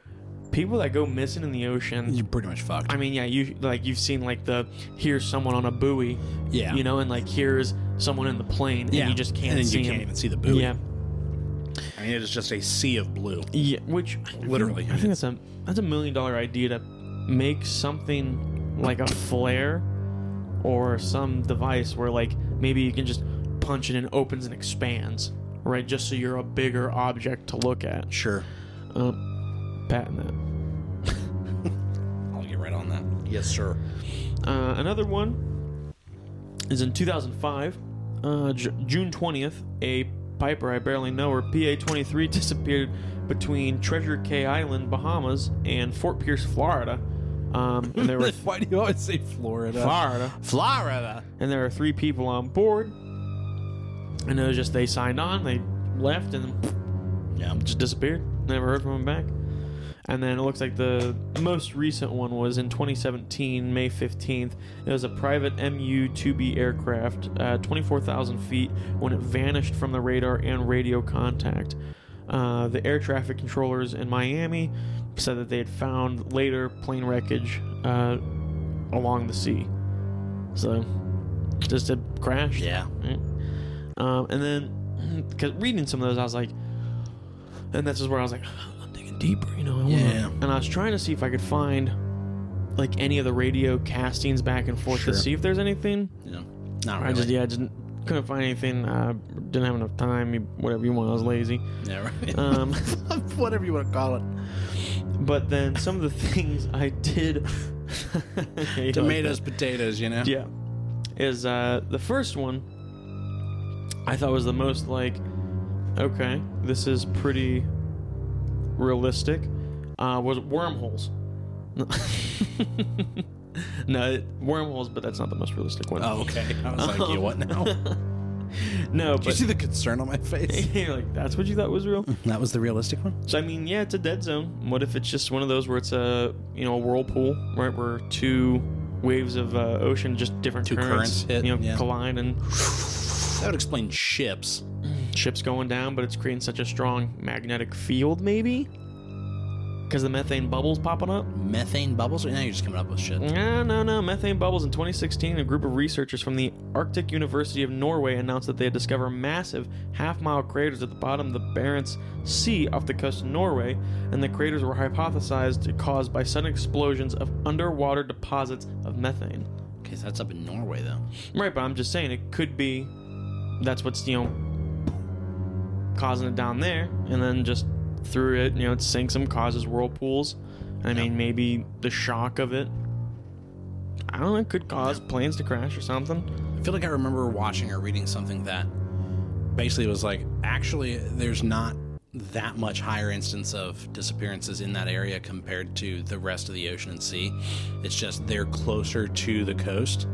People that go missing in the ocean,
You're pretty much fucked.
I mean, yeah, you like you've seen like the here's someone on a buoy,
Yeah.
you know, and like here's someone in the plane, and you just can't
and then
see
you can't
him.
even see the buoy.
Yeah,
I mean, it is just a sea of blue.
yeah, which
Literally.
I think that's a that's a million dollar idea to make something like a flare or some device where like maybe you can just punch it and it opens and expands, right? Just so you're a bigger object to look at.
Sure.
Patent that.
I'll get right on that. Yes, sir.
Uh, another one is in 2005, uh, J- June 20th. A Piper I barely know her, PA-23, disappeared between Treasure Cay Island, Bahamas, and Fort Pierce, Florida. Um, and there were
Why do you always say Florida?
Florida,
Florida.
and there were three people on board. And it was just they signed on, they left, and
Yeah.
just disappeared. Never heard from him back. And then it looks like the most recent one was in 2017, May 15th. It was a private MU 2B aircraft, uh, 24,000 feet, when it vanished from the radar and radio contact. Uh, the air traffic controllers in Miami said that they had found later plane wreckage uh, along the sea. So, just a crash.
Yeah.
Right? Um, and then, because reading some of those, I was like, and this is where I was like, I'm digging deeper, you know. I wanna-"
Yeah.
And I was trying to see if I could find like any of the radio castings back and forth
Sure.
to see if there's anything.
Yeah. Not
I just yeah, I just couldn't find anything. Uh, didn't have enough time. you- Whatever you want, I was lazy.
Yeah, right.
Um,
Whatever you want to call it.
but then some of the things I did. Yeah,
Tomatoes, potatoes, you know?
Yeah. Is uh the first one I thought was the most like okay, this is pretty realistic. Uh was wormholes. No- no, it- wormholes, but that's not the most realistic one.
Oh, okay. I was like, you what now? Did
No,
you
but
see the concern on my face?
you're like that's what you thought was real.
that was the realistic one?
So I mean, yeah, it's a dead zone. What if it's just one of those where it's a you know a whirlpool, right? Where two waves of uh, ocean, just different
Two currents hit,
you know,
yeah.
collide and
That would explain ships.
ship's going down, but it's creating such a strong magnetic field, maybe? Because the methane bubbles popping up?
Methane bubbles? Now you're just coming up with shit.
No, no, no. Methane bubbles. In 2016, a group of researchers from the Arctic University of Norway announced that they had discovered massive half mile craters at the bottom of the Barents Sea off the coast of Norway, and the craters were hypothesized to caused by sudden explosions of underwater deposits of methane.
Okay, so that's up in Norway, though.
Right, but I'm just saying it could be that's what's you know causing it down there, and then just through it, you know, it sinks them, causes whirlpools. I mean, maybe the shock of it. I don't know. It could cause planes to crash or something.
I feel like I remember watching or reading something that basically was like, actually, there's not that much higher instance of disappearances in that area compared to the rest of the ocean and sea. It's just they're closer to the coast,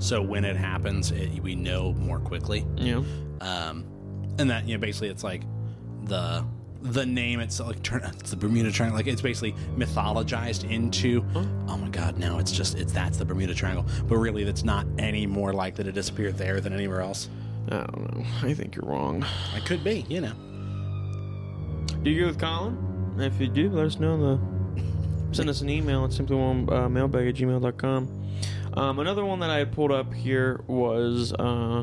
so when it happens, it, we know more quickly.
Yeah.
Um, and that you know, basically, it's like the the name itself, like turn, it's the Bermuda Triangle. Like it's basically mythologized into. Oh my God! Now it's just it's that's the Bermuda Triangle, but really, that's not any more likely to disappear there than anywhere else.
I don't know. I think you're wrong.
It could be, you know.
Do you agree with Colin? If you do, let us know. in The send us an email at simply one uh, mailbag at gmail.com. Um, another one that I pulled up here was uh,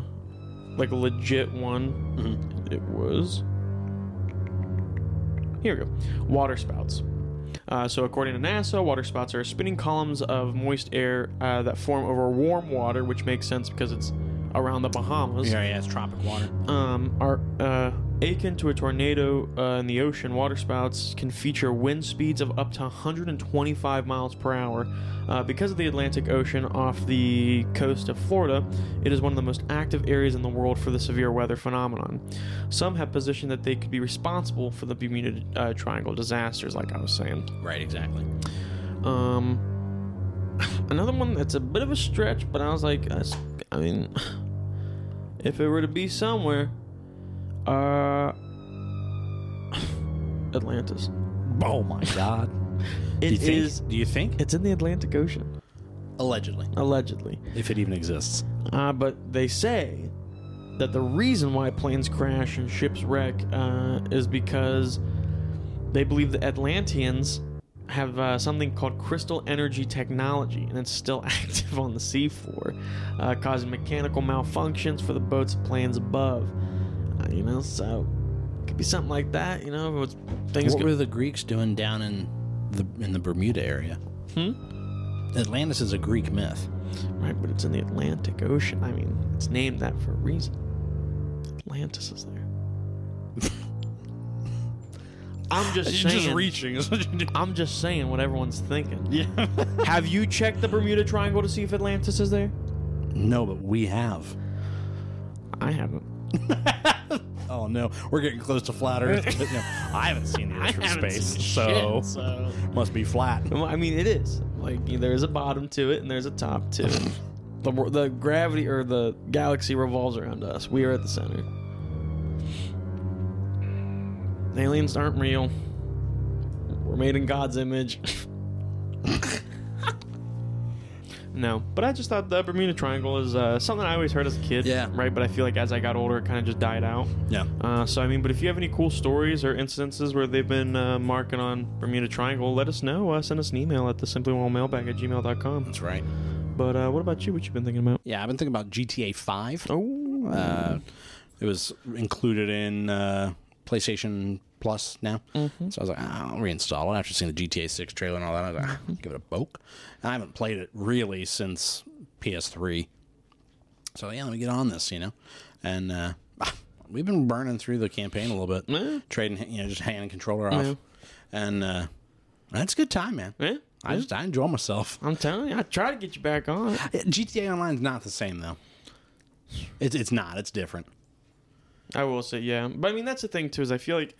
like a legit one. It was here we go. Water spouts. Uh, so, according to NASA, water spouts are spinning columns of moist air uh, that form over warm water, which makes sense because it's around the Bahamas
Yeah, yeah, it's tropic water.
um, are uh, akin to a tornado uh, in the ocean. Waterspouts can feature wind speeds of up to 125 miles per hour. Uh, because of the Atlantic Ocean off the coast of Florida, it is one of the most active areas in the world for the severe weather phenomenon. Some have positioned that they could be responsible for the Bermuda uh, Triangle disasters, like I was saying.
Right, exactly.
Um, another one that's a bit of a stretch, but I was like, that's, I mean, if it were to be somewhere, uh, Atlantis.
Oh my God.
It
do you
is.
think? do you think?
It's in the Atlantic Ocean,
Allegedly,
allegedly.
if it even exists.
Uh, but they say that the reason why planes crash and ships wreck uh, is because they believe the Atlanteans have uh, something called crystal energy technology, and it's still active on the seafloor, uh, causing mechanical malfunctions for the boats and planes above. Uh, you know, so could be something like that. You know, it's, things
what
go-
were the Greeks doing down in the in the Bermuda area?
Hmm?
Atlantis is a Greek myth.
right, but it's in the Atlantic Ocean. I mean, it's named that for a reason. Atlantis is there. I'm just saying.
reaching.
I'm just saying what everyone's thinking. Yeah. Have you checked the Bermuda Triangle to see if Atlantis is there?
no, but we have.
I haven't.
Oh no, we're getting close to flat Earth. but no, I haven't seen the Earth from
haven't
space,
seen
so
Shit, so.
must be flat.
Well, I mean, it is like you know, there's a bottom to it and there's a top to it. the wor- The gravity or the galaxy revolves around us. We are at the center. Aliens aren't real. We're made in God's image. no, but I just thought the Bermuda Triangle is uh, something I always heard as a kid.
Yeah.
Right, but I feel like as I got older, it kind of just died out.
Yeah.
Uh, so I mean, but if you have any cool stories or instances where they've been uh, marking on Bermuda Triangle, let us know. Uh, send us an email at the mailbag at gmail.com.
That's right.
But uh, what about you? What you been thinking about?
Yeah, I've been thinking about GTA 5.
Oh,
Uh, it was included in uh, PlayStation Plus now.
Mm-hmm.
So I was like, "Ah, I'll reinstall it after seeing the GTA 6 trailer and all that. I was like, "Ah,
Mm-hmm.
give it a poke. And I haven't played it really since PS3. So yeah, let me get on this, you know? And uh, we've been burning through the campaign a little bit,
Yeah.
trading, you know, just hanging controller off. And uh, that's a good time, man.
yeah.
I just, I enjoy myself.
Eh? I'm telling you, I try to get you back on.
GTA Online's not the same, though. It's, it's not, it's different.
I will say, yeah. But I mean, that's the thing too is I feel like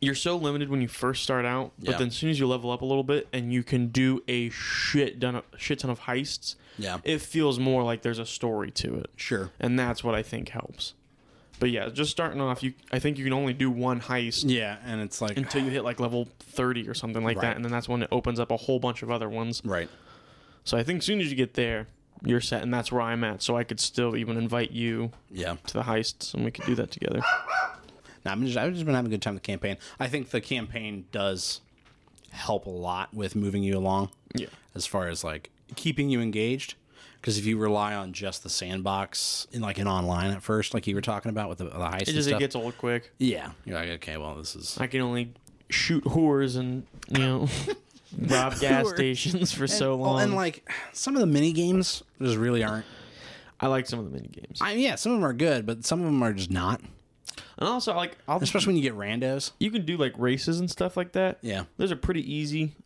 you're so limited when you first start out,
Yeah.
but then as soon as you level up a little bit and you can do a shit ton of, shit ton of heists,
Yeah.
it feels more like there's a story to it.
Sure.
and that's what I think helps. But yeah, just starting off, you I think you can only do one heist
Yeah, and it's like
until you hit like level thirty or something like
Right. Mm.
that, and then that's when it opens up a whole bunch of other ones.
right.
So I think as soon as you get there, you're set, and that's where I'm at. So I could still even invite you
Yeah.
to the heists, and we could do that together.
No, I'm just I've just been having a good time with the campaign. I think the campaign does help a lot with moving you along.
Yeah.
As far as like keeping you engaged. Because if you rely on just the sandbox in like an online at first, like you were talking about with the, the heist
It
and
just it
stuff,
gets old quick.
yeah, you're like, okay, well, this is
I can only shoot whores and you know rob gas
Whores.
stations for so
Oh,
long.
and like some of the mini games just really aren't.
I like some of the mini games,
I yeah, some of them are good, but some of them are just not.
and also I like I'll,
Especially when you get randos.
you can do like races and stuff like that.
Yeah.
those are pretty easy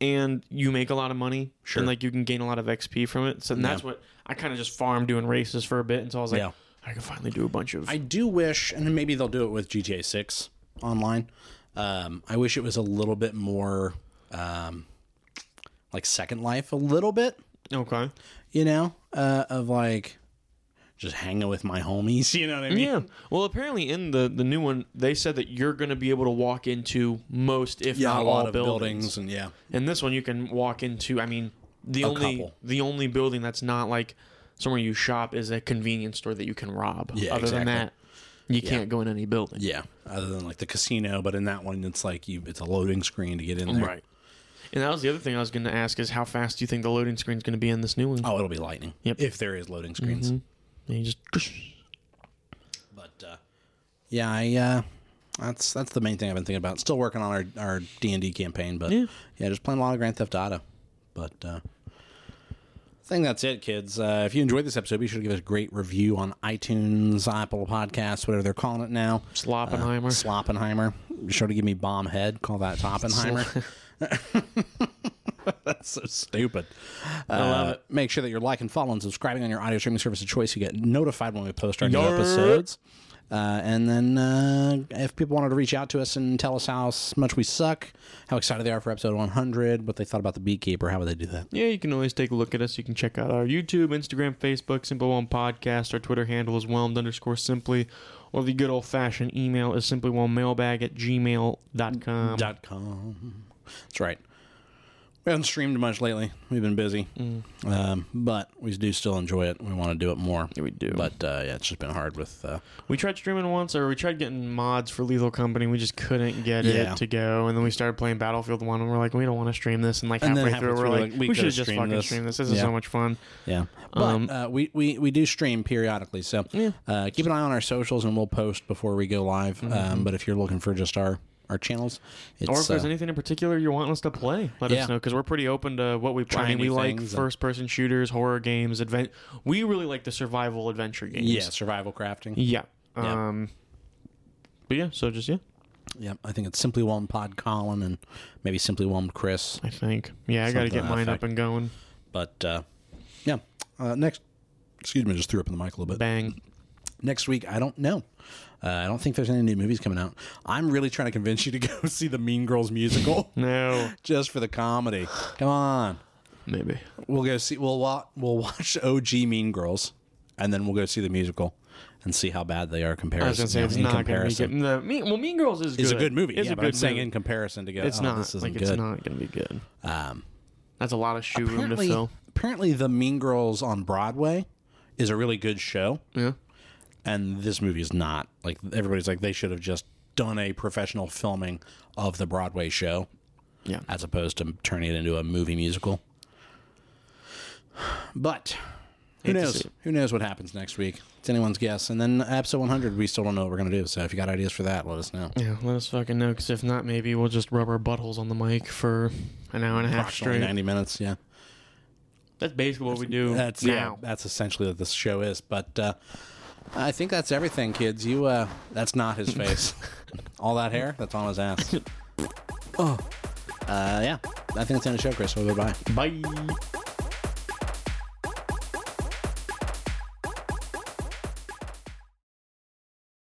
and you make a lot of money
Mm-hmm. Sure.
and like you can gain a lot of xp from it so and that's what i kind of just farmed doing races for a bit until i was like
Yeah.
I could finally do a bunch of.
I do wish, and maybe they'll do it with GTA Six online. Um, I wish it was a little bit more, um, like Second Life, a little bit,
okay.
you know, uh, of like just hanging with my homies. You know what I mean?
Yeah. Well, apparently in the the new one, they said that you're going to be able to walk into most, if
Yeah,
not
a lot
all
of buildings,
buildings.
and yeah,
And this one, you can walk into. I mean, the
A
only
couple.
the only building that's not like somewhere you shop is a convenience store that you can rob.
Yeah,
Other than
exactly.
that, you can't go in any building.
yeah. Other than like the casino, but in that one, it's like you, it's a loading screen to get in there.
Right. And that was the other thing I was going to ask is how fast do you think the loading screen's going to be in this new one?
Oh, it'll be lightning.
Yep. Mm-hmm.
If there is loading screens.
And you just
But uh, yeah, I uh, that's that's the main thing I've been thinking about. Still working on our our D and D campaign, but yeah. just playing a lot of Grand Theft Auto. But uh, I think that's it, kids. Uh, if you enjoyed this episode, be sure to give us a great review on iTunes, Apple Podcasts, whatever they're calling it now. Uh,
Sloppenheimer.
Sloppenheimer. Be sure to give me bomb head. Call that Toppenheimer. That's so stupid. I love it. Make sure that you're liking, following, and subscribing on your audio streaming service of choice. You get notified when we post our new
Yarp.
episodes. Uh, and then uh, if people wanted to reach out to us and tell us how s- much we suck, how excited they are for episode 100, what they thought about the beekeeper, how would they do that?
Yeah, you can always take a look at us. You can check out our YouTube, Instagram, Facebook, Simple One Podcast. Our Twitter handle is whelmed underscore simply. Or the good old fashioned email is simply one mailbag at gmail.com.
Dot com. That's right. We haven't streamed much lately. We've been busy,
Mm.
um, but we do still enjoy it. We want to do it more.
Yeah, we do.
But uh, yeah, it's just been hard with. Uh,
We tried streaming once, or we tried getting mods for Lethal Company. We just couldn't get
Yeah.
it to go. And then we started playing Battlefield 1, and we're like, we don't want to stream this. And like
And then
halfway,
halfway
through,
through,
we're
like,
like,
we
we,
could've
should have just
streamed
fucking
this.
stream this. This is
Yeah.
so much fun.
yeah, but
Um,
uh, we, we we do stream periodically, so uh, keep an eye on our socials, and we'll post before we go live. Um, but if you're looking for just our our channels, it's
Mm-hmm. Or if there's
uh,
anything in particular you want us to play, let
Yeah.
us know because we're pretty open to what we play.
Try
I mean,
new
we like
things and-
first-person shooters, horror games, advent. We really like the survival adventure games.
yeah survival crafting.
Yeah.
Yeah.
Um. But yeah, so just yeah,
Yeah, I think it's simply one pod Colin and maybe simply one Chris.
I think yeah, I got to
Something
get
to that
mine
effect.
up and going.
But uh, yeah, uh, next. Excuse me, I just threw up in the mic a little bit.
Bang.
next week i don't know uh, i don't think there's any new movies coming out i'm really trying to convince you to go see the mean girls musical
No.
just for the comedy come on
Maybe.
we'll go see we'll, wa- we'll watch og mean girls and then we'll go see the musical and see how bad they are compared
I was gonna say it's
in
not gonna be
comparison
good. No, mean, well, Mean Girls is good.
it's a good movie
It's
yeah
a
but
good
i'm saying
movie.
in comparison to go
It's
oh,
not
this isn't
like
good
it's not gonna be good.
um
That's a lot of shoe room to
apparently,
fill.
apparently the mean girls on broadway is a really good show
Yeah.
and this movie is not like everybody's like they should have just done a professional filming of the broadway show
Yeah.
as opposed to turning it into a movie musical but who
Hate to
knows
see it.
who knows what happens next week it's anyone's guess and then episode 100 we still don't know what we're going to do so if you got ideas for that let us know
Yeah, let us fucking know, because if not, maybe we'll just rub our buttholes on the mic for an hour and a half
approximately
straight.
90 minutes yeah
That's basically what we do
that's yeah
now.
that's essentially what this show is but uh I think that's everything, kids. You, uh, that's not his face. All that hair, that's on his ass. oh. Uh, yeah. I think that's the end of the show, Chris. So bye bye.
Bye.